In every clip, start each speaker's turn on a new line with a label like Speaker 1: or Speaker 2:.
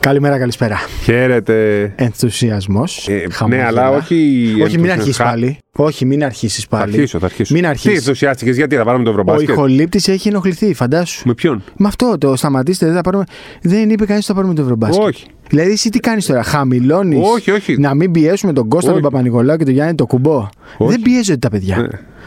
Speaker 1: Καλημέρα, καλησπέρα.
Speaker 2: Χαίρετε.
Speaker 1: Ενθουσιασμός.
Speaker 2: Ε, ναι, αλλά όχι.
Speaker 1: Όχι, μην
Speaker 2: ενθουσιασμός.
Speaker 1: αρχίσεις
Speaker 2: Α,
Speaker 1: πάλι. Όχι, μην αρχίσεις
Speaker 2: Θα
Speaker 1: πάλι.
Speaker 2: αρχίσω, θα αρχίσω.
Speaker 1: Μην
Speaker 2: Τι
Speaker 1: αρχίσεις.
Speaker 2: ενθουσιάστηκες, γιατί θα πάρουμε το
Speaker 1: Ο
Speaker 2: Ευρωμπάσκετ.
Speaker 1: ηχολήπτης έχει ενοχληθεί, φαντάσου.
Speaker 2: Με ποιον.
Speaker 1: Με αυτό το σταματήστε, δεν θα πάρουμε. Δεν είπε κανείς ότι θα πάρουμε το Ευρωμπάσκετ.
Speaker 2: Όχι.
Speaker 1: Δηλαδή, εσύ τι κάνεις τώρα, χαμηλώνεις.
Speaker 2: Όχι, όχι.
Speaker 1: Να μην πιέσουμε τον Κώστα,
Speaker 2: Όχι.
Speaker 1: τον Παπα-Νικολάου και τον Γιάννη το κουμπό.
Speaker 2: Όχι. Ναι.
Speaker 1: Δεν πιέζονται τα
Speaker 2: Ε,
Speaker 1: παιδιά.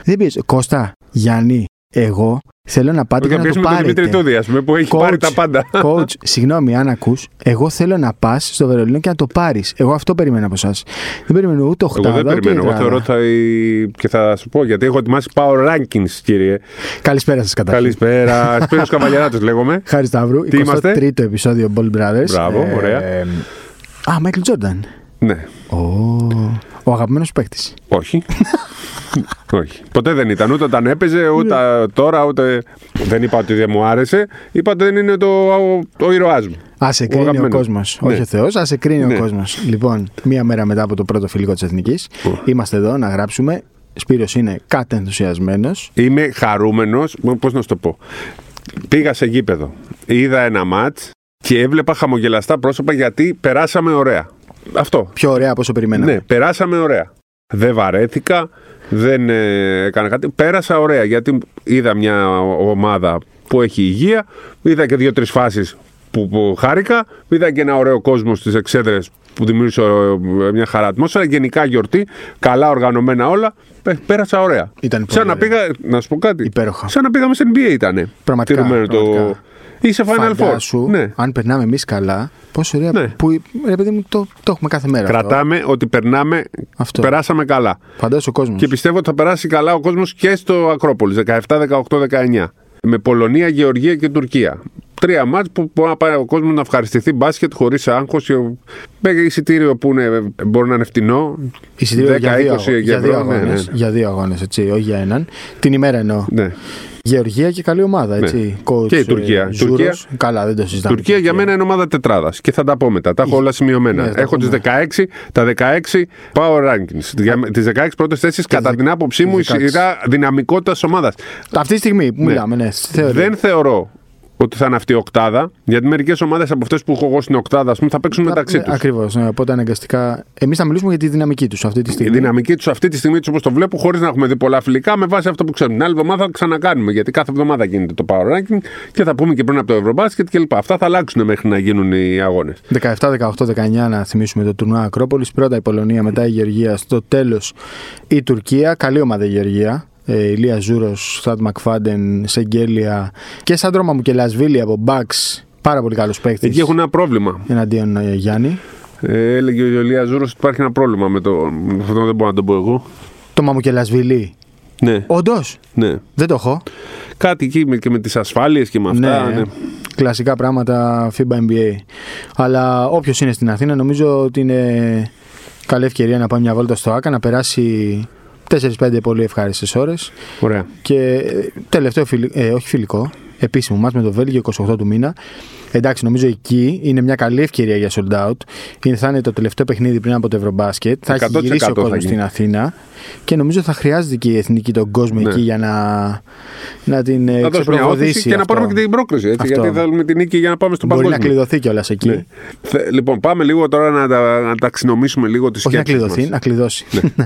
Speaker 1: Δεν πιέζονται. Κώστα, Γιάννη, εγώ θέλω να πάτε
Speaker 2: Όχι,
Speaker 1: και
Speaker 2: θα
Speaker 1: να το
Speaker 2: πιέσουμε τον Δημήτρη
Speaker 1: πάρετε.
Speaker 2: Τούδη, ας πούμε, που έχει
Speaker 1: Coach.
Speaker 2: πάρει τα πάντα.
Speaker 1: Coach, συγγνώμη αν ακούς, εγώ θέλω να πας στο Βερολίνο και να το πάρεις. Εγώ αυτό περιμένω από εσάς. Δεν περιμένω ούτε 8
Speaker 2: Εγώ δεν περιμένω. Εγώ θεωρώ ότι θα. και θα σου πω γιατί έχω ετοιμάσει power rankings, κύριε.
Speaker 1: Καλησπέρα σας καταρχήν.
Speaker 2: Καλησπέρα. Σπύρος Καβαλιαράτος λέγομαι.
Speaker 1: Χάρη Σταύρου,
Speaker 2: Τι είμαστε?
Speaker 1: 23ο επεισόδιο Ball Brothers. Ε,
Speaker 2: Μπράβο, ωραία.
Speaker 1: α, Michael Jordan.
Speaker 2: Ναι.
Speaker 1: Ο, ο αγαπημένος παίκτης.
Speaker 2: Όχι. Όχι. Ποτέ δεν ήταν. Ούτε όταν έπαιζε,
Speaker 1: Ναι.
Speaker 2: ούτε τώρα, ούτε. Δεν είπα ότι δεν μου άρεσε. Είπα ότι δεν είναι το, το ήρωάς μου.
Speaker 1: Α σε κρίνει ο,
Speaker 2: αγαπημένος.
Speaker 1: κόσμος.
Speaker 2: Ναι.
Speaker 1: Όχι ο Θεός, α σε κρίνει
Speaker 2: Ναι.
Speaker 1: ο κόσμος. Λοιπόν, μία μέρα μετά από το πρώτο φιλικό της Εθνικής, είμαστε εδώ να γράψουμε. Σπύρος είναι κατενθουσιασμένος
Speaker 2: Είμαι χαρούμενος. Πώς να σου το πω. Πήγα σε γήπεδο. Είδα ένα ματ και έβλεπα χαμογελαστά πρόσωπα γιατί περάσαμε ωραία. Αυτό.
Speaker 1: Πιο ωραία από όσο περιμέναμε.
Speaker 2: Ναι, περάσαμε ωραία. Δεν βαρέθηκα, δεν ε, έκανα κάτι. Πέρασα ωραία γιατί είδα μια ομάδα που έχει υγεία, είδα και δύο-τρει φάσεις που, που χάρηκα, είδα και ένα ωραίο κόσμο στις εξέδρες που δημιούργησε ε, μια χαρά ατμόσφαιρα. Γενικά γιορτή, καλά οργανωμένα όλα. Πέ- Πέρασα ωραία.
Speaker 1: Ήταν πολύ
Speaker 2: Σαν να
Speaker 1: ωραία.
Speaker 2: πήγα, να σου πω κάτι.
Speaker 1: Υπέροχα.
Speaker 2: Σαν να πήγαμε σε NBA ήταν.
Speaker 1: Πραγματικά, πραγματικά.
Speaker 2: Ή σε Final Four.
Speaker 1: Φαντάσου,
Speaker 2: Ναι.
Speaker 1: αν περνάμε εμείς καλά, πόσο ωραία
Speaker 2: Ναι.
Speaker 1: που. Ρε παιδί μου, το, το έχουμε κάθε μέρα. Αυτό.
Speaker 2: Κρατάμε ότι περνάμε,
Speaker 1: Αυτό.
Speaker 2: περάσαμε καλά.
Speaker 1: Φαντάσου ο κόσμος.
Speaker 2: Και πιστεύω ότι θα περάσει καλά ο κόσμος και στο Ακρόπολης 17, 18, 19. Με Πολωνία, Γεωργία και Τουρκία. Τρία μάτς που μπορεί να πάει ο κόσμος να ευχαριστηθεί μπάσκετ χωρίς άγχος. Με εισιτήριο που είναι, μπορεί να είναι φτηνό.
Speaker 1: Εισιτήριο
Speaker 2: 10,
Speaker 1: για δύο,
Speaker 2: 20
Speaker 1: για δύο
Speaker 2: ευρώ, ναι,
Speaker 1: αγώνες.
Speaker 2: ναι.
Speaker 1: Για δύο αγώνες, έτσι, όχι για έναν. Την ημέρα εννοώ.
Speaker 2: Ναι.
Speaker 1: Γεωργία και καλή ομάδα, έτσι. Coach,
Speaker 2: Και η Τουρκία.
Speaker 1: ε, Ζούρος.
Speaker 2: Τουρκία.
Speaker 1: Καλά, δεν το συζητάμε.
Speaker 2: Τουρκία για μένα είναι ομάδα τετράδας και θα τα πω μετά. Τα έχω όλα σημειωμένα.
Speaker 1: Ναι, θα τα
Speaker 2: έχω τις
Speaker 1: πούμε.
Speaker 2: 16, τα 16 power rankings. Τι 16 πρώτες θέσεις, κατά
Speaker 1: δε-
Speaker 2: την άποψή μου, η
Speaker 1: 16.
Speaker 2: σειρά δυναμικότητας ομάδας.
Speaker 1: Αυτή τη στιγμή που μιλάμε, ναι, στη θεωρία.
Speaker 2: Δεν θεωρώ ότι θα είναι αυτή η οκτάδα, γιατί μερικές ομάδες από αυτές που έχω εγώ στην οκτάδα, ας πούμε, θα παίξουν μεταξύ τους.
Speaker 1: Ακριβώς. Ναι, οπότε αναγκαστικά. Εμείς θα μιλήσουμε για τη δυναμική τους αυτή τη
Speaker 2: Η
Speaker 1: στιγμή.
Speaker 2: δυναμική τους αυτή τη στιγμή, όπως το βλέπω, χωρίς να έχουμε δει πολλά φιλικά, με βάση αυτό που ξέρουμε. Την άλλη εβδομάδα θα ξανακάνουμε, γιατί κάθε εβδομάδα γίνεται το power ranking και θα πούμε και πριν από το Ευρωμπάσκετ κλπ. Αυτά θα αλλάξουν μέχρι να γίνουν οι αγώνες.
Speaker 1: 17, 18, 19 να θυμίσουμε το τουρνουά Ακρόπολης. Πρώτα η Πολωνία, μετά η Γεωργία. Στο τέλος η Τουρκία. Καλή ομάδα η Γεωργία. Ε, Ηλίας Ζούρος, Στρατ Μακφάντεν, Σεγγέλια και σαν τρώμα μου και Λασβίλη από Μπαξ. Πάρα πολύ καλός παίκτης.
Speaker 2: Εκεί έχουν ένα πρόβλημα.
Speaker 1: Εναντίον ε, Γιάννη.
Speaker 2: Ε, έλεγε ο Ιωλία Ζούρος ότι υπάρχει ένα πρόβλημα με το. Αυτό δεν μπορώ να το πω εγώ.
Speaker 1: Το Μαμουκελασβίλη.
Speaker 2: Ναι,
Speaker 1: Όντως,
Speaker 2: ναι.
Speaker 1: δεν το έχω.
Speaker 2: Κάτι εκεί με- και με τις ασφάλειες και με αυτά. Ναι.
Speaker 1: Κλασικά πράγματα FIBA NBA. Αλλά όποιος είναι στην Αθήνα, νομίζω ότι είναι καλή ευκαιρία να πάει μια βόλτα στο ΑΚΑ να περάσει 4-5 πολύ ευχάριστες ώρες.
Speaker 2: Ωραία.
Speaker 1: Και ε, τελευταίο, φιλι- ε, όχι φιλικό, επίσημο μάτς με το Βέλγιο 28 του μήνα. Εντάξει, νομίζω εκεί είναι μια καλή ευκαιρία για sold out. Είναι, θα είναι το τελευταίο παιχνίδι πριν από το Ευρωμπάσκετ. Θα έχει
Speaker 2: 100%
Speaker 1: γυρίσει ο
Speaker 2: θα
Speaker 1: κόσμο
Speaker 2: γίνει.
Speaker 1: στην Αθήνα και νομίζω θα χρειάζεται και η εθνική τον κόσμο
Speaker 2: Ναι.
Speaker 1: εκεί για να, να την ε,
Speaker 2: Να δώσουμε μια όθηση
Speaker 1: ξεπροβοδήσει.
Speaker 2: και να
Speaker 1: αυτό.
Speaker 2: πάρουμε και την πρόκριση. Έτσι,
Speaker 1: Αυτό.
Speaker 2: γιατί θέλουμε την νίκη για να πάμε στον
Speaker 1: Μπορεί να
Speaker 2: παγκόσμιο.
Speaker 1: κλειδωθεί κιόλας εκεί.
Speaker 2: Ναι. Θε- Λοιπόν, πάμε λίγο τώρα να, τα, να ταξινομήσουμε λίγο τις
Speaker 1: Όχι να
Speaker 2: σκέψεις
Speaker 1: κλειδωθεί,
Speaker 2: μας.
Speaker 1: να κλειδώσει.
Speaker 2: Ναι.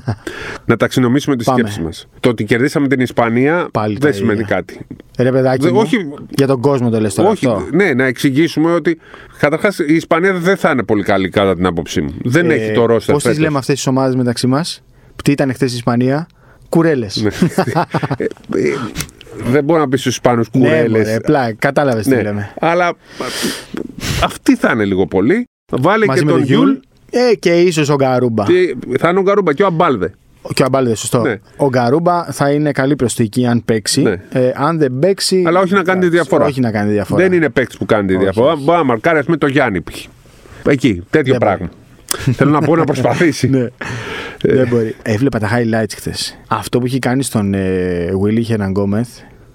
Speaker 2: Να ταξινομήσουμε τι
Speaker 1: Πάμε.
Speaker 2: σκέψεις μας. Το ότι κερδίσαμε την Ισπανία
Speaker 1: Πάλι τα
Speaker 2: δεν
Speaker 1: ίδια.
Speaker 2: σημαίνει κάτι.
Speaker 1: Ρε παιδάκι,
Speaker 2: Δε-
Speaker 1: μου,
Speaker 2: όχι-
Speaker 1: για τον κόσμο το λες τώρα.
Speaker 2: Όχι,
Speaker 1: αυτό.
Speaker 2: ναι, να εξηγήσουμε ότι καταρχάς η Ισπανία δεν θα είναι πολύ καλή κατά την άποψή μου. Δεν έχει το ρόστερ.
Speaker 1: Πώς τις
Speaker 2: φέτος.
Speaker 1: Ε, λέμε αυτές τις ομάδες μεταξύ μας, τι ήταν χθες η Ισπανία, κουρέλες.
Speaker 2: Ναι, Ε, ε, δεν μπορώ να πεις στους Ισπανού
Speaker 1: ναι,
Speaker 2: κουρέλες.
Speaker 1: μωρέ, πλά, κατάλαβες
Speaker 2: Ναι.
Speaker 1: τι λέμε.
Speaker 2: αλλά α, αυτή θα είναι λίγο πολύ. Βάλε
Speaker 1: Μαζί
Speaker 2: και
Speaker 1: με
Speaker 2: τον
Speaker 1: τον Γιούλ
Speaker 2: Γιούλ.
Speaker 1: ε, και ίσως ο Γκαρούμπα.
Speaker 2: Και θα είναι ο Γκαρούμπα και ο Αμπάλδε.
Speaker 1: Και ο Αμπάλδε, σωστό.
Speaker 2: Ναι.
Speaker 1: Ο Γκαρούμπα θα είναι καλή προστική αν παίξει.
Speaker 2: Ναι.
Speaker 1: Ε, αν δεν παίξει.
Speaker 2: Αλλά όχι να κάνει τη
Speaker 1: εντάξει,
Speaker 2: διαφορά.
Speaker 1: Όχι να κάνει τη διαφορά.
Speaker 2: Δεν είναι παίκτης που κάνει τη
Speaker 1: Όχι,
Speaker 2: διαφορά.
Speaker 1: όχι.
Speaker 2: Μπορεί να μαρκάρει, ας πούμε, το Γιάννη π.χ. Εκεί, τέτοιο
Speaker 1: Δεν
Speaker 2: πράγμα. Θέλω να πω να προσπαθήσει.
Speaker 1: Ναι. δεν μπορεί. Έβλεπα τα highlights χθες. Αυτό που έχει κάνει στον ε, Willy Χερναγκόμεθ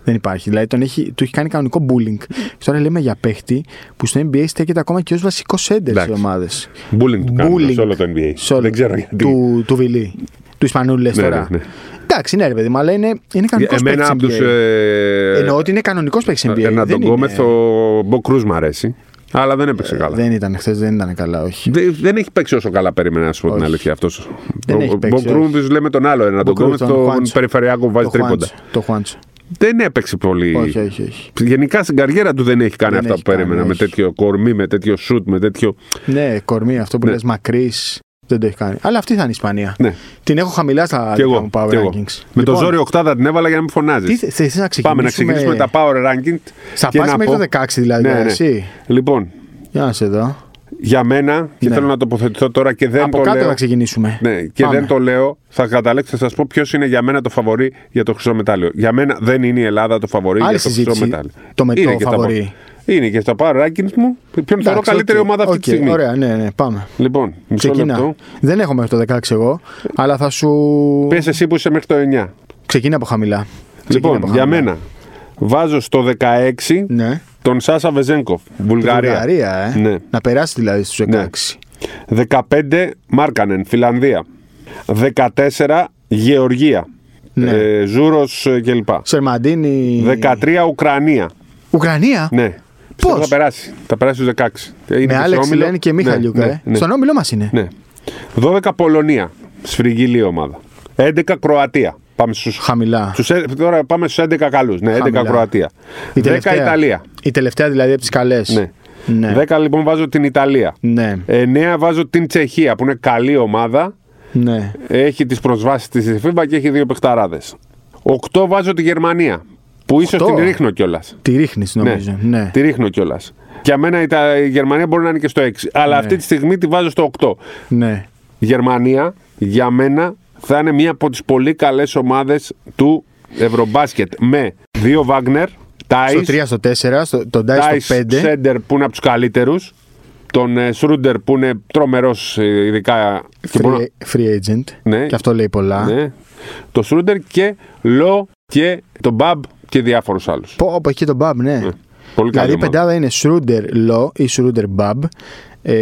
Speaker 1: δεν υπάρχει. Δηλαδή τον έχει, του έχει κάνει κανονικό bullying. Και τώρα λέμε για παίχτη που στο NBA στέκεται ακόμα και ως βασικός έντερ
Speaker 2: Εντάξει.
Speaker 1: στι ομάδε.
Speaker 2: Μπούλινγκ του κάνουν σε όλο το NBA. Δεν ξέρω γιατί.
Speaker 1: Του, του Βιλί. Του Ισπανού λες
Speaker 2: Ναι,
Speaker 1: τώρα.
Speaker 2: ναι, ναι.
Speaker 1: Εντάξει, ναι, ρε παιδί μου, αλλά είναι, είναι κανονικό
Speaker 2: Ε, Εμένα από ε, του.
Speaker 1: Εννοώ ότι είναι κανονικός παίκτης NBA.
Speaker 2: Έναν
Speaker 1: δεν
Speaker 2: τον
Speaker 1: είναι-
Speaker 2: Γκόμεθ, ο Μπο Κρούς μ' αρέσει. Αλλά δεν έπαιξε καλά.
Speaker 1: Δεν ήταν χθες, δεν ήταν καλά, όχι.
Speaker 2: Δε- δεν έχει παίξει όσο καλά περίμενα, να σου πω την
Speaker 1: Όχι.
Speaker 2: αλήθεια αυτός.
Speaker 1: Δεν έχει παίξει, όχι.
Speaker 2: λέμε τον άλλο ένα, τον
Speaker 1: Μποκρούμι,
Speaker 2: Γκρούμπι,
Speaker 1: τον
Speaker 2: τον
Speaker 1: Χουάντσο.
Speaker 2: περιφερειακό που βάζει
Speaker 1: Το
Speaker 2: τρίποντα.
Speaker 1: Χουάντσο, Το Χουάντσο.
Speaker 2: Δεν έπαιξε πολύ.
Speaker 1: Όχι, όχι, όχι.
Speaker 2: Γενικά στην καριέρα του δεν έχει κάνει
Speaker 1: Δεν
Speaker 2: αυτά
Speaker 1: έχει
Speaker 2: που περίμενα.
Speaker 1: κάνει,
Speaker 2: Με
Speaker 1: όχι.
Speaker 2: τέτοιο κορμί, με τέτοιο σουτ, με τέτοιο.
Speaker 1: Ναι, κορμί αυτό που
Speaker 2: Ναι.
Speaker 1: λες μακρύς, δεν το έχει κάνει. Αλλά αυτή θα είναι η Ισπανία.
Speaker 2: Ναι.
Speaker 1: Την έχω χαμηλά στα
Speaker 2: Κι
Speaker 1: δικά
Speaker 2: εγώ,
Speaker 1: μου power
Speaker 2: κι εγώ.
Speaker 1: rankings.
Speaker 2: Με το
Speaker 1: Λοιπόν,
Speaker 2: ζόρι οκτάδα την έβαλα για να μην
Speaker 1: Τι
Speaker 2: φωνάζει.
Speaker 1: θε- θες να ξεκινήσουμε.
Speaker 2: Πάμε να ξεκινήσουμε τα power ranking.
Speaker 1: Θα
Speaker 2: και
Speaker 1: πας
Speaker 2: να
Speaker 1: μέχρι το
Speaker 2: πω-
Speaker 1: 16 δηλαδή,
Speaker 2: Ναι, ναι.
Speaker 1: εσύ.
Speaker 2: Λοιπόν,
Speaker 1: Για να σε δω.
Speaker 2: για μένα, και
Speaker 1: Ναι.
Speaker 2: θέλω να τοποθετηθώ τώρα και δεν
Speaker 1: Από
Speaker 2: το
Speaker 1: κάτω
Speaker 2: λέω.
Speaker 1: να ξεκινήσουμε.
Speaker 2: Ναι, και
Speaker 1: Πάμε.
Speaker 2: δεν το λέω. Θα καταλέξω, θα σας πω ποιος είναι για μένα το φαβορή για το χρυσό μετάλλιο. Για μένα δεν είναι η Ελλάδα το φαβορή
Speaker 1: Άλλη
Speaker 2: για το χρυσό
Speaker 1: συζήτηση.
Speaker 2: μετάλλιο.
Speaker 1: Το με-
Speaker 2: Είναι
Speaker 1: το
Speaker 2: και στα-
Speaker 1: φαβορί.
Speaker 2: Είναι και στα power rankings μου. Ποιον θεωρώ
Speaker 1: Εντάξει,
Speaker 2: καλύτερη
Speaker 1: οκ,
Speaker 2: ομάδα αυτή
Speaker 1: οκ,
Speaker 2: τη στιγμή.
Speaker 1: Ωραία, ναι, ναι, πάμε.
Speaker 2: Λοιπόν, μισό
Speaker 1: Ξεκινά.
Speaker 2: λεπτό.
Speaker 1: Δεν έχω μέχρι το 16 εγώ, αλλά θα σου.
Speaker 2: Πες εσύ που είσαι μέχρι το 9.
Speaker 1: Ξεκινά από χαμηλά. Ξεκίνα από
Speaker 2: λοιπόν, για
Speaker 1: χαμηλά.
Speaker 2: μένα. Βάζω στο 16
Speaker 1: Ναι.
Speaker 2: τον Σάσα Βεζέγκοφ, Βουλγαρία.
Speaker 1: Βουλγαρία, ε.
Speaker 2: Ναι.
Speaker 1: Να περάσει δηλαδή στους 16.
Speaker 2: Ναι. 15 Μάρκανεν, Φιλανδία. 14 Γεωργία.
Speaker 1: Ναι.
Speaker 2: Ε, Ζούρος ε, κλπ.
Speaker 1: Σερμαντίνη.
Speaker 2: 13 Ουκρανία.
Speaker 1: Ουκρανία.
Speaker 2: Ναι. Πιστεύω
Speaker 1: Πώς?
Speaker 2: Θα περάσει. Θα περάσει στους 16. Είναι
Speaker 1: Με
Speaker 2: στον
Speaker 1: Άλεξ
Speaker 2: όμιλο.
Speaker 1: Λένι και Μιχαλιούκα.
Speaker 2: Ναι,
Speaker 1: ε.
Speaker 2: ναι,
Speaker 1: Στον όμιλο μας είναι.
Speaker 2: ναι. 12 Πολωνία. Σφριγγυλή ομάδα. 11 Κροατία. Πάμε στους...
Speaker 1: Χαμηλά.
Speaker 2: Στους, ε- τώρα πάμε στους 11 καλούς. Ναι, 11
Speaker 1: Χαμηλά.
Speaker 2: Κροατία. 10 Ιταλία.
Speaker 1: Η τελευταία δηλαδή από τις καλές.
Speaker 2: Ναι.
Speaker 1: Ναι.
Speaker 2: 10 λοιπόν βάζω την Ιταλία.
Speaker 1: Ναι.
Speaker 2: 9 βάζω την Τσεχία που είναι καλή ομάδα.
Speaker 1: ναι.
Speaker 2: Έχει τις προσβάσεις της η FIBA και έχει δύο παιχταράδες. 8 βάζω τη Γερμανία. Που ίσως
Speaker 1: Οκτώ?
Speaker 2: την ρίχνω κιόλας.
Speaker 1: Τη ρίχνεις νομίζω. Ναι.
Speaker 2: Τη ρίχνω κιόλας. Για μένα η, τα- η Γερμανία μπορεί να είναι και στο 6. Αλλά αυτή τη στιγμή τη βάζω στο 8.
Speaker 1: ναι.
Speaker 2: Η Γερμανία για μένα θα είναι μία από τις πολύ καλές ομάδες του Ευρωμπάσκετ. Με δύο Βάγνερ,
Speaker 1: Στο
Speaker 2: Τάις,
Speaker 1: 3, στο 4, στο, τον Ντάι
Speaker 2: Τάις
Speaker 1: στο 5.
Speaker 2: Σέντερ που είναι από τους καλύτερους, τον ε, Σρούντερ που είναι τρομερός ε, ειδικά. και μπορώ να-
Speaker 1: Free, free agent.
Speaker 2: Ναι.
Speaker 1: Και αυτό λέει πολλά.
Speaker 2: ναι, το Σρούντερ και Λο και τον Μπαμπ και διάφορους άλλους.
Speaker 1: Πω, από εκεί τον Μπαμπ, ναι.
Speaker 2: Πολύ καλή
Speaker 1: Δηλαδή η
Speaker 2: ομάδα.
Speaker 1: πεντάδα είναι Σρούντερ Λο ή Ε, Σρούντερ Μπαμπ,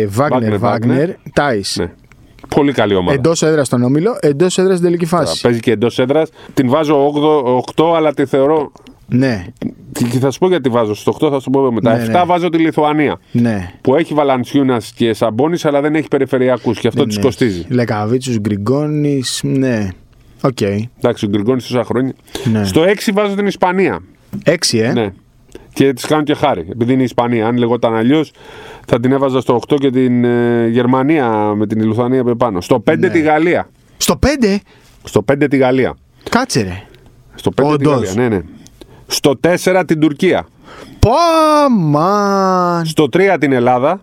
Speaker 1: Βάγνερ
Speaker 2: Wagner,
Speaker 1: Βάγνερ, Τάις.
Speaker 2: Ναι. Πολύ καλή ομάδα.
Speaker 1: Εντός έδρας στον όμιλο, εντός έδρας στην τελική φάση.
Speaker 2: Παίζει και εντός έδρας. Την βάζω 8, αλλά τη θεωρώ.
Speaker 1: Ναι,
Speaker 2: Και και θα σου πω γιατί βάζω στο 8, θα σου πω μετά.
Speaker 1: Ναι,
Speaker 2: 7
Speaker 1: ναι.
Speaker 2: βάζω τη Λιθουανία.
Speaker 1: ναι.
Speaker 2: Που έχει Βαλαντσιούνας και Σαμπόνι, αλλά δεν έχει περιφερειακούς και αυτό τη κοστίζει.
Speaker 1: Λεκαβίτσου, Γκριγκόνης, ναι. Οκ.
Speaker 2: Εντάξει, ο Γκριγκόνης τόσα χρόνια.
Speaker 1: Ναι.
Speaker 2: Στο 6 βάζω την Ισπανία.
Speaker 1: Έξι, ε.
Speaker 2: Ναι. Και τη κάνω και χάρη. Επειδή είναι η Ισπανία. Αν λεγόταν αλλιώς, θα την έβαζα στο 8 και την ε, Γερμανία με την Λιθουανία από πάνω. Στο 5
Speaker 1: Ναι.
Speaker 2: τη Γαλλία.
Speaker 1: Στο πέντε,
Speaker 2: Στο 5 τη Γαλλία.
Speaker 1: κάτσε ρε.
Speaker 2: Στο 5 τη
Speaker 1: Όντως.
Speaker 2: Γαλλία. Ναι, ναι. Στο 4 την Τουρκία.
Speaker 1: Παμαν.
Speaker 2: Στο 3 την Ελλάδα.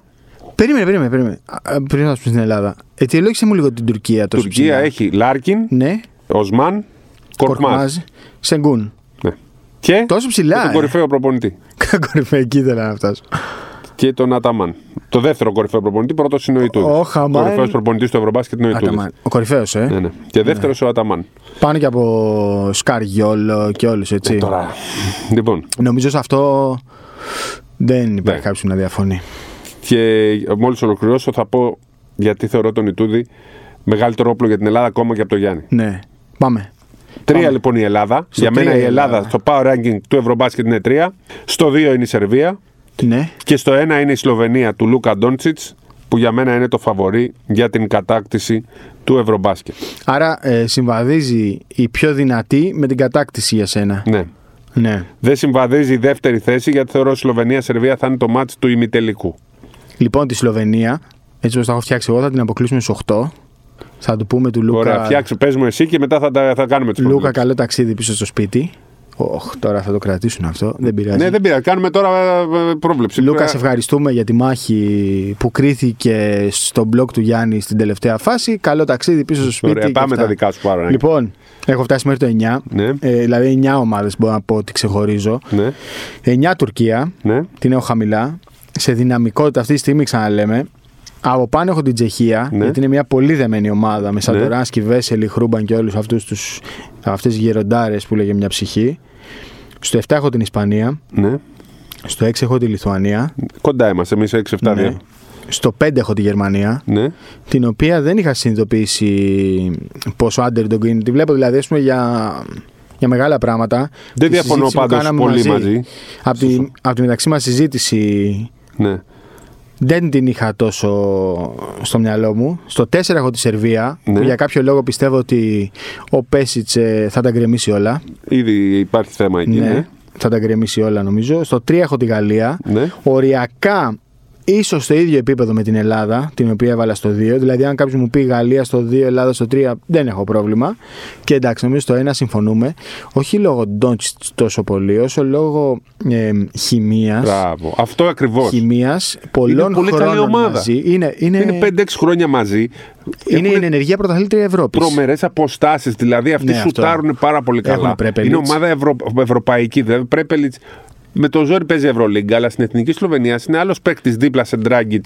Speaker 1: Περίμενε, περίμενε, περίμενε. Α, α, Πριν να σου πεις την Ελλάδα. Αιτιολόγησε μου λίγο την Τουρκία τόσο
Speaker 2: Τουρκία
Speaker 1: ψηλά.
Speaker 2: έχει Λάρκιν,
Speaker 1: Ναι,
Speaker 2: Οσμάν, Κορκμάζ.
Speaker 1: Κορκμάζ, Σενγκούν.
Speaker 2: Ναι. Και
Speaker 1: Τόσο
Speaker 2: και
Speaker 1: ψηλά.
Speaker 2: τον
Speaker 1: ε.
Speaker 2: κορυφαίο προπονητή.
Speaker 1: Κορυφαία, εκεί ήθελα να φτάσω.
Speaker 2: Και τον Αταμάν. Το δεύτερο κορυφαίο προπονητή, πρώτος είναι ο Ιτούδη.
Speaker 1: Ο Χαμάν.
Speaker 2: Κορυφαίος προπονητής του Ευρωμπάσκετ είναι ο Ιτούδης.
Speaker 1: Αταμάν. Ο κορυφαίος, ε.
Speaker 2: Ναι, ναι. Και δεύτερος ο Αταμάν.
Speaker 1: Πάνω και από Σκαριόλο και όλους, έτσι.
Speaker 2: Ε, Τώρα. Λοιπόν,
Speaker 1: Νομίζω σε αυτό δεν υπάρχει
Speaker 2: Ναι.
Speaker 1: κάποιος που να διαφωνεί.
Speaker 2: και μόλις ολοκληρώσω θα πω γιατί θεωρώ τον Ιτούδη μεγαλύτερο όπλο για την Ελλάδα ακόμα και από τον Γιάννη.
Speaker 1: Ναι. Πάμε.
Speaker 2: Τρία λοιπόν η Ελλάδα. για
Speaker 1: τρία
Speaker 2: μένα η
Speaker 1: η
Speaker 2: Ελλάδα,
Speaker 1: Ελλάδα.
Speaker 2: στο power ranking του Ευρωμπάσκετ είναι τρία. Στο δύο είναι η Σερβία.
Speaker 1: Ναι.
Speaker 2: Και στο ένα είναι η Σλοβενία του Λούκα Ντόντσιτ, που για μένα είναι το φαβορή για την κατάκτηση του Ευρωμπάσκετ.
Speaker 1: Άρα ε, συμβαδίζει η πιο δυνατή με την κατάκτηση για σένα.
Speaker 2: Ναι.
Speaker 1: Ναι.
Speaker 2: Δεν συμβαδίζει η δεύτερη θέση, γιατί θεωρώ ότι Σλοβενία-Σερβία θα είναι το μάτς του ημιτελικού.
Speaker 1: Λοιπόν, τη Σλοβενία, έτσι όπως τα έχω φτιάξει εγώ, θα την αποκλείσουμε στους 8. Θα του πούμε του
Speaker 2: Ωραία,
Speaker 1: Λούκα.
Speaker 2: φτιάξε, πες μου εσύ και μετά θα, τα, θα κάνουμε τις
Speaker 1: Λούκα, καλό ταξίδι πίσω στο σπίτι. Οχ, τώρα θα το κρατήσουν αυτό. Δεν πειράζει.
Speaker 2: Ναι, δεν πειράζει. Κάνουμε τώρα ε, ε, πρόβλεψη.
Speaker 1: Λούκας,
Speaker 2: Ε,
Speaker 1: σε ευχαριστούμε για τη μάχη που κρίθηκε στο blog του Γιάννη στην τελευταία φάση. Καλό ταξίδι πίσω στο σπίτι.
Speaker 2: Ωραία,
Speaker 1: και
Speaker 2: πάμε
Speaker 1: αυτά.
Speaker 2: τα δικά σου πάρα.
Speaker 1: Λοιπόν, έχω φτάσει μέχρι το 9.
Speaker 2: Ναι.
Speaker 1: Ε, δηλαδή, 9 ομάδες μπορώ να πω ότι ξεχωρίζω.
Speaker 2: Ναι,
Speaker 1: 9 Τουρκία,
Speaker 2: ναι.
Speaker 1: την έχω χαμηλά. Σε δυναμικότητα αυτή τη στιγμή ξαναλέμε. Από πάνω έχω την Τσεχία,
Speaker 2: Ναι.
Speaker 1: γιατί είναι μια πολύ δεμένη ομάδα με Σαντοράνσκι, Βέσελη, Χρούμπαν και όλους αυτούς τους αυτές γεροντάρες που λέγε μια ψυχή. Στο 7 έχω την Ισπανία.
Speaker 2: ναι.
Speaker 1: Στο 6 έχω τη Λιθουανία.
Speaker 2: Κοντά είμαστε, εμείς 6-7-2. Ναι.
Speaker 1: Ναι. Στο 5 έχω τη Γερμανία, την οποία δεν είχα συνειδητοποιήσει πόσο underdog είναι. Τη βλέπω δηλαδή ας πούμε, για, για μεγάλα πράγματα.
Speaker 2: Δεν
Speaker 1: Τη
Speaker 2: διαφωνώ
Speaker 1: συζήτηση που
Speaker 2: πάντως
Speaker 1: κάναμε
Speaker 2: πολύ μαζί.
Speaker 1: Από τη, απ τη μεταξύ μας συζήτηση
Speaker 2: Ναι.
Speaker 1: δεν την είχα τόσο στο μυαλό μου. Στο 4 έχω τη Σερβία.
Speaker 2: Ναι.
Speaker 1: Που για κάποιο λόγο πιστεύω ότι ο Πέσιτ θα τα γκρεμίσει όλα.
Speaker 2: Ήδη υπάρχει θέμα εκεί. Ναι.
Speaker 1: Θα τα γκρεμίσει όλα νομίζω. Στο 3 έχω τη Γαλλία.
Speaker 2: Ναι.
Speaker 1: Οριακά ίσως στο ίδιο επίπεδο με την Ελλάδα, την οποία έβαλα στο 2. Δηλαδή, αν κάποιος μου πει Γαλλία στο 2, Ελλάδα στο 3, δεν έχω πρόβλημα. Και εντάξει, νομίζω στο 1 συμφωνούμε. Όχι λόγω Ντόντσιτ τόσο πολύ, όσο λόγω ε, χημίας.
Speaker 2: Μπράβο. Αυτό ακριβώς.
Speaker 1: Χημίας, πολλών
Speaker 2: πολύ καλή
Speaker 1: χρόνων
Speaker 2: ομάδα.
Speaker 1: μαζί. Είναι, είναι,
Speaker 2: Είναι 5-6 χρόνια μαζί.
Speaker 1: Ναι. είναι η ενεργεία πρωταθλήτρια Ευρώπης.
Speaker 2: Τρομερές αποστάσεις. Δηλαδή αυτοί
Speaker 1: Ναι, αυτό.
Speaker 2: σουτάρουν πάρα πολύ
Speaker 1: Έχουν
Speaker 2: καλά.
Speaker 1: Πρέπελιτς.
Speaker 2: Είναι ομάδα ευρω... ευρωπαϊκή. Δηλαδή Πρέπελιτς με το ζόρι παίζει Ευρωλίγκα, αλλά στην εθνική Σλοβενία είναι άλλος παίκτης δίπλα σε Ντράγκιτ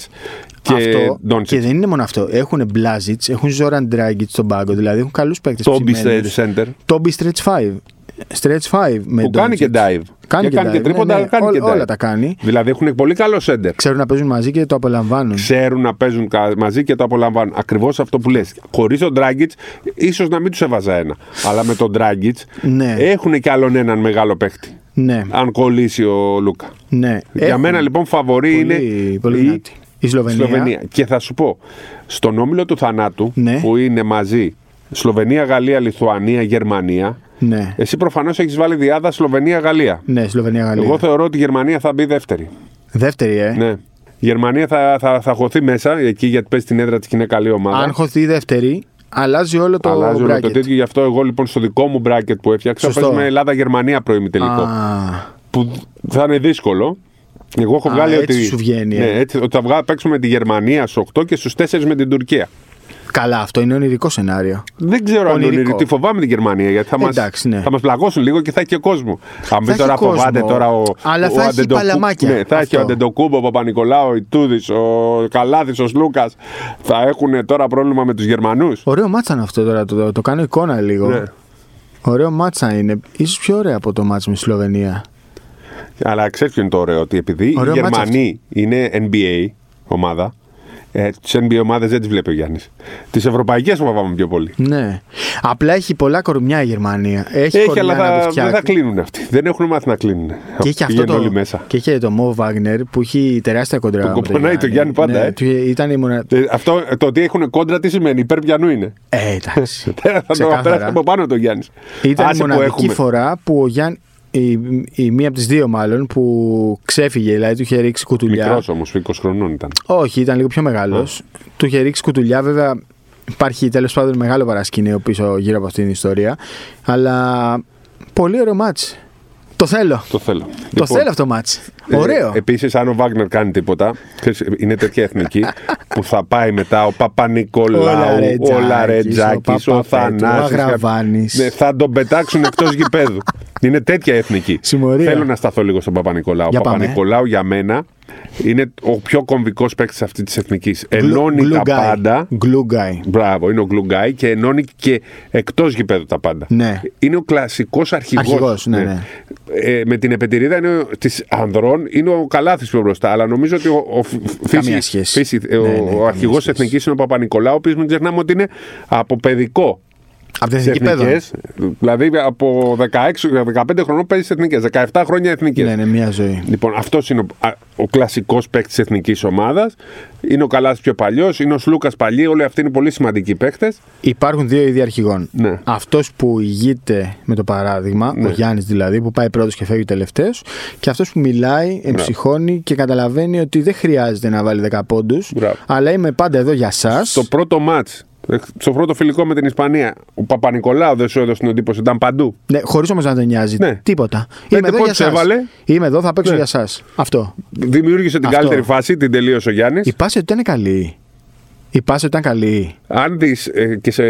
Speaker 2: και
Speaker 1: αυτό, και
Speaker 2: Ντόντσιτ.
Speaker 1: δεν είναι μόνο αυτό. Έχουν Μπλάζιτ, έχουν Ζόραν Ντράγκιτ στον πάγκο, δηλαδή έχουν καλούς παίκτες.
Speaker 2: Τόμπι Σέντερ.
Speaker 1: Τόμπι Stretch 5. Stretch 5 με
Speaker 2: Που κάνει και
Speaker 1: Doncic.
Speaker 2: dive.
Speaker 1: Κάνει
Speaker 2: Και
Speaker 1: και,
Speaker 2: κάνει
Speaker 1: dive,
Speaker 2: και τρίποντα,
Speaker 1: ναι, ναι.
Speaker 2: κάνει
Speaker 1: Ό-
Speaker 2: και dive.
Speaker 1: Όλα τα κάνει.
Speaker 2: Δηλαδή έχουν πολύ καλό σέντερ.
Speaker 1: Ξέρουν να παίζουν μαζί και το απολαμβάνουν.
Speaker 2: ξέρουν να παίζουν κα- μαζί και το απολαμβάνουν. Ακριβώς αυτό που λες. Χωρίς τον Ντράγκητ, ίσως να μην τους έβαζα ένα. Αλλά με τον Ντράγκητ
Speaker 1: Ναι.
Speaker 2: έχουν κι άλλον έναν μεγάλο παίχτη.
Speaker 1: Ναι,
Speaker 2: Αν κολλήσει ο Λούκα.
Speaker 1: ναι.
Speaker 2: Για
Speaker 1: Έχουν
Speaker 2: μένα λοιπόν φαβορή
Speaker 1: πολύ,
Speaker 2: είναι
Speaker 1: πολύ
Speaker 2: η
Speaker 1: δυνατή. Η Σλοβενία.
Speaker 2: Σλοβενία. Και θα σου πω, στον όμιλο του θανάτου
Speaker 1: Ναι.
Speaker 2: που είναι μαζί Σλοβενία, Γαλλία, Λιθουανία, Γερμανία.
Speaker 1: Ναι,
Speaker 2: Εσύ προφανώς έχεις βάλει διάδα Σλοβενία, Γαλλία.
Speaker 1: ναι Σλοβενία Γαλλία.
Speaker 2: Εγώ θεωρώ ότι η Γερμανία θα μπει δεύτερη.
Speaker 1: Δεύτερη, ε.
Speaker 2: Ναι. Η Γερμανία θα, θα, θα χωθεί μέσα εκεί γιατί παίζει την έδρα της και είναι καλή ομάδα.
Speaker 1: Αν χωθεί η δεύτερη, αλλάζει όλο το
Speaker 2: Αλλάζει όλο το
Speaker 1: bracket.
Speaker 2: τέτοιο. Γι' αυτό εγώ λοιπόν στο δικό μου μπράκετ που έφτιαξα
Speaker 1: Σωστό.
Speaker 2: παίζουμε Ελλάδα-Γερμανία πρωί τελικό.
Speaker 1: Α,
Speaker 2: Που θα είναι δύσκολο. Εγώ έχω
Speaker 1: Α,
Speaker 2: βγάλει
Speaker 1: έτσι
Speaker 2: ότι.
Speaker 1: σου βγαίνει, ε.
Speaker 2: ναι, έτσι, ότι θα βγα- παίξουμε με τη Γερμανία στους 8 και στους 4 με την Τουρκία.
Speaker 1: καλά, αυτό είναι ονειρικό σενάριο.
Speaker 2: Δεν ξέρω αν
Speaker 1: Ονειρικό.
Speaker 2: είναι τι φοβάμαι την Γερμανία γιατί θα μας
Speaker 1: Εντάξει, ναι.
Speaker 2: μας πλαγώσουν λίγο και θα έχει και κόσμο. Αν πει
Speaker 1: έχει
Speaker 2: τώρα
Speaker 1: κόσμο.
Speaker 2: φοβάται τώρα ο.
Speaker 1: Αλλά
Speaker 2: ο
Speaker 1: θα έχει
Speaker 2: Αντεντοκού-
Speaker 1: παλαμάκια.
Speaker 2: Ναι, θα έχει ο
Speaker 1: Αυτό.
Speaker 2: Αντεντοκούμπο, ο Παπα-Νικολάου, η Τούδη, ο Καλάδης, ο Λούκα. Θα έχουν τώρα πρόβλημα με τους Γερμανούς.
Speaker 1: Ωραίο μάτσαν αυτό τώρα, το, το, κάνω εικόνα λίγο.
Speaker 2: Ναι.
Speaker 1: Ωραίο μάτσα είναι. Ίσως πιο ωραίο από το μάτς με τη Σλοβενία.
Speaker 2: Αλλά ξέρεις ποιο είναι το ωραίο, ότι επειδή
Speaker 1: Ωραίο
Speaker 2: οι
Speaker 1: μάτς
Speaker 2: Γερμανοί είναι NBA ομάδα, ε, τι NBA ομάδες δεν τις βλέπει ο Γιάννης. Τις ευρωπαϊκές φοβάμαι πιο πολύ.
Speaker 1: Ναι. Απλά έχει πολλά κορμιά η Γερμανία. Έχει,
Speaker 2: Έχει,
Speaker 1: κορμιά
Speaker 2: αλλά
Speaker 1: να
Speaker 2: θα,
Speaker 1: τη
Speaker 2: δεν
Speaker 1: φτιάξει.
Speaker 2: θα κλείνουν αυτοί. Δεν έχουν μάθει να κλείνουν.
Speaker 1: Και έχει αυτό
Speaker 2: Πηγαίνουν
Speaker 1: το,
Speaker 2: όλοι μέσα.
Speaker 1: Και είχε το Μο Βάγνερ που έχει τεράστια κοντρά.
Speaker 2: Τον
Speaker 1: με
Speaker 2: κοπανάει τον Γιάννη πάντα,
Speaker 1: Ναι,
Speaker 2: ε.
Speaker 1: του- Ήταν η μονα...
Speaker 2: Ε, αυτό ε, το ότι έχουν κόντρα τι σημαίνει, υπέρ πιανού είναι.
Speaker 1: Ε, εντάξει.
Speaker 2: θα το
Speaker 1: Ξεκάθαρα.
Speaker 2: πέρασε από πάνω τον Γιάννης.
Speaker 1: Ήταν η
Speaker 2: Άσε που
Speaker 1: μοναδική
Speaker 2: έχουμε.
Speaker 1: φορά που ο Γιάννη. Η, η μία από τις δύο, μάλλον, που ξέφυγε, δηλαδή του είχε ρίξει κουτουλιά.
Speaker 2: Μικρός όμως, 20 χρονών ήταν.
Speaker 1: Όχι, ήταν λίγο πιο μεγάλος. Του είχε ρίξει κουτουλιά, βέβαια. Υπάρχει τέλος πάντων μεγάλο παρασκηνείο πίσω γύρω από αυτήν την ιστορία. Αλλά πολύ ωραίο μάτς. Το θέλω.
Speaker 2: Το λοιπόν, θέλω.
Speaker 1: Το θέλω αυτό το μάτς. Ωραίο.
Speaker 2: Επίση, Ε, αν ο Βάγνερ κάνει τίποτα, ξέρεις, είναι τέτοια εθνική που θα πάει μετά ο Παπα-Νικολάου,
Speaker 1: Ο
Speaker 2: ο Λαρετζάκη,
Speaker 1: Λαρετζάκης,
Speaker 2: ο,
Speaker 1: ο
Speaker 2: ο
Speaker 1: Παπαπέτρου, ο
Speaker 2: Θανάσης,
Speaker 1: Αγραβάνης.
Speaker 2: Ναι, θα τον πετάξουν εκτός γηπέδου. είναι τέτοια εθνική.
Speaker 1: Συμμορία.
Speaker 2: Θέλω να σταθώ λίγο στον Παπα-Νικολάου.
Speaker 1: Για
Speaker 2: Ο
Speaker 1: πάμε.
Speaker 2: Παπα-Νικολάου για μένα είναι ο πιο κομβικός παίκτης αυτής της εθνικής. Ενώνει
Speaker 1: Glue
Speaker 2: τα
Speaker 1: guy.
Speaker 2: πάντα.
Speaker 1: Glue guy.
Speaker 2: Μπράβο, είναι ο Γκλουγκάι και ενώνει και εκτός γηπέδου τα πάντα.
Speaker 1: Ναι.
Speaker 2: Είναι ο κλασικός αρχηγός.
Speaker 1: Αρχηγός, ναι, ναι.
Speaker 2: Ε, με την επετηρίδα είναι της ανδρών είναι ο Καλάθης πιο μπροστά. Αλλά νομίζω ότι ο, ο Φ- Φύση-
Speaker 1: σχέση.
Speaker 2: Φύση- ε,
Speaker 1: Ναι, ναι,
Speaker 2: ο,
Speaker 1: καμία
Speaker 2: αρχηγός
Speaker 1: σχέση.
Speaker 2: εθνικής είναι ο Παπα-Νικολάου, ο οποίος μην ξεχνάμε ότι είναι από παιδικό.
Speaker 1: Από την
Speaker 2: σε
Speaker 1: εθνική παιδό.
Speaker 2: εθνικές. δηλαδή από 16-15 χρονών παίζει εθνικέ, 17 χρόνια εθνικές.
Speaker 1: Ναι, ναι, μια ζωή.
Speaker 2: Λοιπόν, αυτός είναι ο, α, ο κλασικός παίκτης της εθνικής ομάδας. Είναι ο Καλάς πιο παλιός, είναι ο Σλούκας παλιό. Όλοι αυτοί είναι πολύ σημαντικοί παίκτες.
Speaker 1: Υπάρχουν δύο είδη αρχηγών.
Speaker 2: Ναι.
Speaker 1: Αυτός που ηγείται με το παράδειγμα, ο Γιάννης δηλαδή, που πάει πρώτος και φεύγει τελευταίος, και αυτός που
Speaker 2: Ναι.
Speaker 1: μιλάει, εμψυχώνει και καταλαβαίνει ότι δεν χρειάζεται να βάλει 10 πόντους,
Speaker 2: Μπράβο.
Speaker 1: αλλά είμαι πάντα εδώ για εσά.
Speaker 2: Στο πρώτο μάτς, στο πρώτο φιλικό με την Ισπανία, ο Παπα-Νικολάου δεν σου έδωσε την εντύπωση, ήταν παντού.
Speaker 1: Ναι, Χωρίς όμως να τον νοιάζει
Speaker 2: Ναι.
Speaker 1: τίποτα. Είμαι
Speaker 2: Πέντε
Speaker 1: εδώ, για
Speaker 2: πόντους
Speaker 1: σας.
Speaker 2: έβαλε.
Speaker 1: Είμαι εδώ, θα παίξω
Speaker 2: Ναι.
Speaker 1: για εσά. Αυτό.
Speaker 2: Δημιούργησε την
Speaker 1: Αυτό.
Speaker 2: καλύτερη φάση, την τελείωσε ο Γιάννης.
Speaker 1: Η πάση του ήταν καλή. Η πάση του ήταν καλή.
Speaker 2: Αν δεις και σε.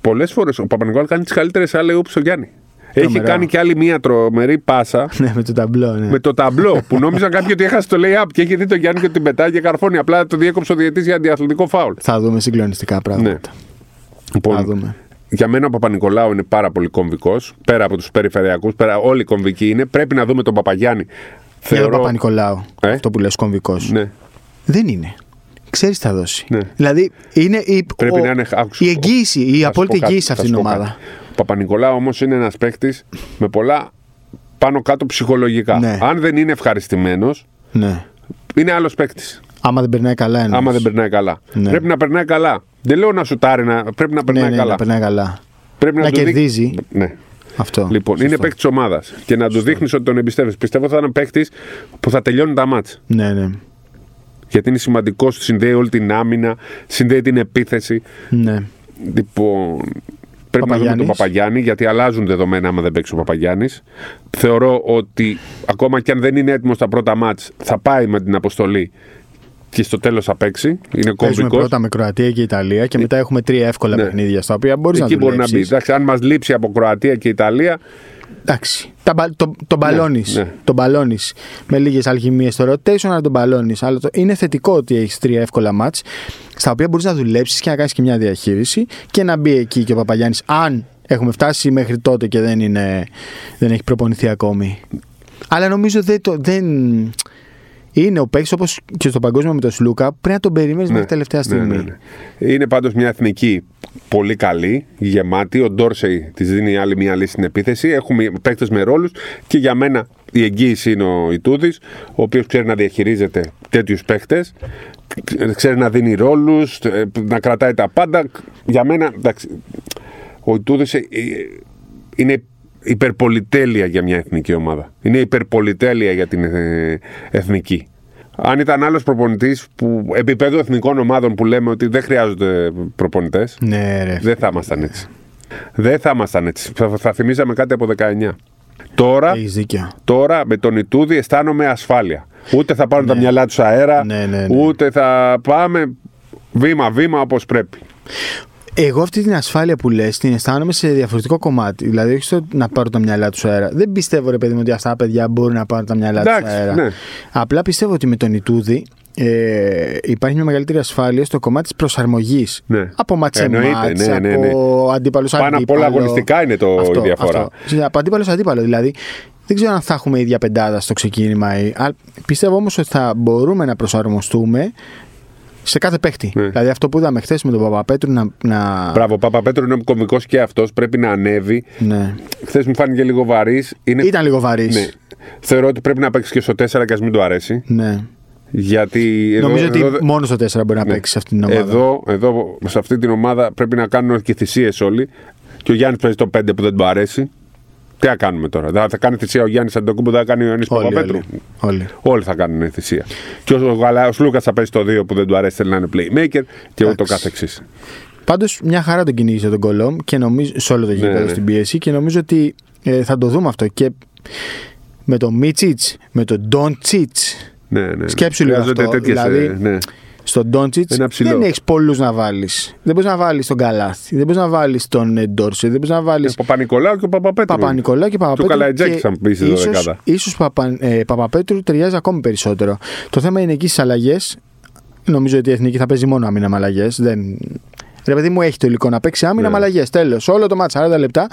Speaker 2: Πολλές φορές ο Παπα-Νικολάου κάνει τις καλύτερες άλλες ούψεις ο Γιάννη. Έχει
Speaker 1: Τρομερά.
Speaker 2: κάνει και άλλη μία τρομερή πάσα
Speaker 1: Ναι, με το ταμπλό, ναι.
Speaker 2: με το ταμπλό που νόμιζαν κάποιοι ότι έχασε το lay-up και έχει δει τον Γιάννη και την πετάει και καρφώνει. Απλά το διέκοψε ο διαιτής για αντιαθλητικό φάουλ.
Speaker 1: Θα δούμε συγκλονιστικά
Speaker 2: Ναι,
Speaker 1: πράγματα. Θα
Speaker 2: Λοιπόν,
Speaker 1: δούμε.
Speaker 2: για μένα ο Παπα-Νικολάου είναι πάρα πολύ κομβικός. Πέρα από τους περιφερειακούς, πέρα όλοι οι κομβικοί είναι. Πρέπει να δούμε τον Παπαγιάννη.
Speaker 1: Για τον Παπα-Νικολάου,
Speaker 2: Ε?
Speaker 1: αυτό που λες κομβικός.
Speaker 2: Ναι.
Speaker 1: Δεν είναι. Ξέρεις τι θα δώσει.
Speaker 2: Ναι.
Speaker 1: Δηλαδή είναι η,
Speaker 2: Πρέπει να είναι- άκουσε,
Speaker 1: η εγγύηση, η
Speaker 2: Θα σου πω
Speaker 1: απόλυτη
Speaker 2: κάτι,
Speaker 1: εγγύηση
Speaker 2: θα
Speaker 1: αυτή
Speaker 2: σου
Speaker 1: την
Speaker 2: πω
Speaker 1: ομάδα.
Speaker 2: κάτι. Ο Παπα-Νικολάου όμως είναι ένας παίκτης με πολλά πάνω κάτω ψυχολογικά.
Speaker 1: Ναι.
Speaker 2: Αν δεν είναι ευχαριστημένος,
Speaker 1: Ναι.
Speaker 2: είναι άλλος παίκτης.
Speaker 1: Άμα δεν περνάει καλά εννοείς.
Speaker 2: Άμα δεν περνάει καλά.
Speaker 1: Ναι.
Speaker 2: Πρέπει να περνάει καλά. Δεν λέω να σουτάρει, να... πρέπει να περνάει
Speaker 1: ναι, ναι,
Speaker 2: καλά.
Speaker 1: να περνάει καλά.
Speaker 2: Πρέπει να,
Speaker 1: Να
Speaker 2: του δείξει-
Speaker 1: κερδίζει.
Speaker 2: Ναι.
Speaker 1: Αυτό.
Speaker 2: Λοιπόν,
Speaker 1: Σωστό.
Speaker 2: είναι παίκτης ομάδας και να του δείχνεις ότι τον εμπιστεύει. Πιστεύω θα είναι παίκτης που θα τελειώνει τα μάτς.
Speaker 1: Ναι, ναι.
Speaker 2: Γιατί είναι σημαντικός, συνδέει όλη την άμυνα, συνδέει την επίθεση.
Speaker 1: ναι.
Speaker 2: Λοιπόν, πρέπει να δούμε τον
Speaker 1: Παπαγιάννης.
Speaker 2: Παπαγιάννη, γιατί αλλάζουν δεδομένα άμα δεν παίξει ο Παπαγιάννης. Θεωρώ ότι ακόμα και αν δεν είναι έτοιμος στα πρώτα μάτς, θα πάει με την αποστολή και στο τέλος θα παίξει. Είναι
Speaker 1: Παίζουμε
Speaker 2: κομβικός.
Speaker 1: πρώτα με Κροατία και Ιταλία και μετά έχουμε τρία εύκολα
Speaker 2: Ε, Ναι.
Speaker 1: παιχνίδια στα οποία μπορείς να
Speaker 2: Εκεί μπορεί να μπει.
Speaker 1: δουλέψεις.
Speaker 2: Εντάξει, αν μας λείψει από Κροατία και Ιταλία,
Speaker 1: Εντάξει. Τα, μπα- το, τον μπαλώνεις.
Speaker 2: ναι.
Speaker 1: Τον μπαλώνεις. Με λίγες αλχημίες στο rotation, αλλά τον μπαλώνεις. Αλλά το, είναι θετικό ότι έχεις τρία εύκολα μάτ στα οποία μπορείς να δουλέψεις και να κάνεις και μια διαχείριση και να μπει εκεί και ο Παπαγιάννης. Αν έχουμε φτάσει μέχρι τότε και δεν, είναι, δεν έχει προπονηθεί ακόμη. Αλλά νομίζω δεν. Το, δεν είναι ο παίκτης όπως και στο παγκόσμιο με τον Σλούκα. Πρέπει να τον περιμένεις μέχρι τελευταία στιγμή.
Speaker 2: Ναι, ναι, ναι. Είναι πάντως μια εθνική πολύ καλή, γεμάτη. Ο Ντόρσεϊ της δίνει άλλη μια λύση στην επίθεση. Έχουμε παίκτες με ρόλους και για μένα η εγγύηση είναι ο Ιτούδης, ο οποίος ξέρει να διαχειρίζεται τέτοιους παίκτες. Ξέρει να δίνει ρόλους, να κρατάει τα πάντα. Για μένα, εντάξει, ο Ιτούδης είναι υπερπολιτέλεια για μια εθνική ομάδα. Είναι υπερπολιτέλεια για την ε, εθνική. Αν ήταν άλλος προπονητής που επίπεδο εθνικών ομάδων που λέμε ότι δεν χρειάζονται προπονητές,
Speaker 1: Ναι, ρε.
Speaker 2: δεν θα ήμασταν έτσι. Δεν θα ήμασταν έτσι. Θα, θα θυμίζαμε κάτι από 19. Τώρα,
Speaker 1: Έχεις δίκιο.
Speaker 2: τώρα με τον Ιτούδη αισθάνομαι ασφάλεια. Ούτε θα πάρουν τα μυαλά τους αέρα,
Speaker 1: Ναι, ναι, ναι.
Speaker 2: ούτε θα πάμε βήμα-βήμα όπως πρέπει.
Speaker 1: Εγώ αυτή την ασφάλεια που λες την αισθάνομαι σε διαφορετικό κομμάτι. Δηλαδή, όχι στο να πάρω τα μυαλά του αέρα. Δεν πιστεύω, ρε παιδί μου, ότι αυτά τα παιδιά μπορούν να πάρουν τα μυαλά του
Speaker 2: Εντάξει,
Speaker 1: αέρα.
Speaker 2: ναι.
Speaker 1: Απλά πιστεύω ότι με τον Ιτούδη ε, υπάρχει μια μεγαλύτερη ασφάλεια στο κομμάτι της προσαρμογής.
Speaker 2: Ναι.
Speaker 1: Από μάτσε
Speaker 2: Εννοείται,
Speaker 1: μάτς,
Speaker 2: ναι, ναι, ναι.
Speaker 1: από αντίπαλου
Speaker 2: Πάνω απ' όλα αγωνιστικά είναι το- η διαφορά.
Speaker 1: Από αντίπαλο σε αντίπαλο. Δηλαδή, δεν ξέρω αν θα έχουμε ίδια πεντάδα στο ξεκίνημα. ή- α- Πιστεύω όμως ότι θα μπορούμε να προσαρμοστούμε σε κάθε παίχτη.
Speaker 2: Ναι.
Speaker 1: Δηλαδή, αυτό που είδαμε χθες με τον Παπαπέτρου να. να...
Speaker 2: Μπράβο, Παπαπέτρου είναι κωμικό και αυτός. Πρέπει να ανέβει.
Speaker 1: Ναι.
Speaker 2: Χθες μου φάνηκε λίγο βαρύς. Είναι...
Speaker 1: Ήταν λίγο βαρύς.
Speaker 2: Ναι. Θεωρώ ότι πρέπει να παίξει και στο 4 και ας μην του αρέσει.
Speaker 1: Ναι.
Speaker 2: Γιατί εδώ,
Speaker 1: Νομίζω ότι
Speaker 2: εδώ, δε-
Speaker 1: μόνο στο 4 μπορεί να
Speaker 2: ναι.
Speaker 1: παίξει σε αυτήν την ομάδα.
Speaker 2: Εδώ, εδώ, σε αυτή την ομάδα πρέπει να κάνουν και θυσίε όλοι. Και ο Γιάννης παίζει το 5 που δεν του αρέσει. Τι θα κάνουμε τώρα. Θα, θα κάνει θυσία ο Γιάννης Αντοκούμπο, θα κάνει ο Ιωάννης
Speaker 1: Όλοι,
Speaker 2: Παπαπέτρου.
Speaker 1: όλοι, όλοι.
Speaker 2: Όλοι θα κάνουν θυσία. Και ο, ο Λούκα θα παίζει το 2 που δεν του αρέσει, θέλει να είναι playmaker και ούτω
Speaker 1: Εντάξει.
Speaker 2: καθεξής.
Speaker 1: Πάντως, μια χαρά τον κυνήγησε τον Κολόμ και νομίζω, σε όλο το γήπεδο
Speaker 2: ναι.
Speaker 1: στην πίεση και νομίζω ότι ε, θα το δούμε αυτό. Και με τον Μίτσιτ, με τον Ντόντσιτ.
Speaker 2: Ναι, ναι, ναι.
Speaker 1: Σκέψου λίγο
Speaker 2: Χρειάζονται
Speaker 1: αυτό,
Speaker 2: τέτοιες,
Speaker 1: δηλαδή,
Speaker 2: ε, ναι.
Speaker 1: Στον Ντόντσιτ
Speaker 2: Ένα ψηλό.
Speaker 1: δεν έχεις πολλούς να βάλεις. Δεν μπορείς να βάλεις τον Καλάθι, δεν μπορείς να βάλεις τον Ντόρση, δεν μπορείς να βάλεις.
Speaker 2: Ε, Παπα-Νικολάου και ο Παπαπέτρου.
Speaker 1: Παπα-Νικολάου και Παπαπέτρου.
Speaker 2: Του Καλατζάκη
Speaker 1: και
Speaker 2: θα μου πεις εδώ
Speaker 1: ίσως-
Speaker 2: δεκάδα.
Speaker 1: Ίσως Παπα, ε, Παπαπέτρου ταιριάζει ακόμη περισσότερο. Το θέμα είναι εκεί στις αλλαγές. Νομίζω ότι η Εθνική θα παίζει μόνο άμυνα με αλλαγές. Δεν... Ρε παιδί μου, έχει το υλικό να παίξει άμυνα
Speaker 2: Ναι.
Speaker 1: με αλλαγές. Τέλος. Όλο το μάτι 40 λεπτά.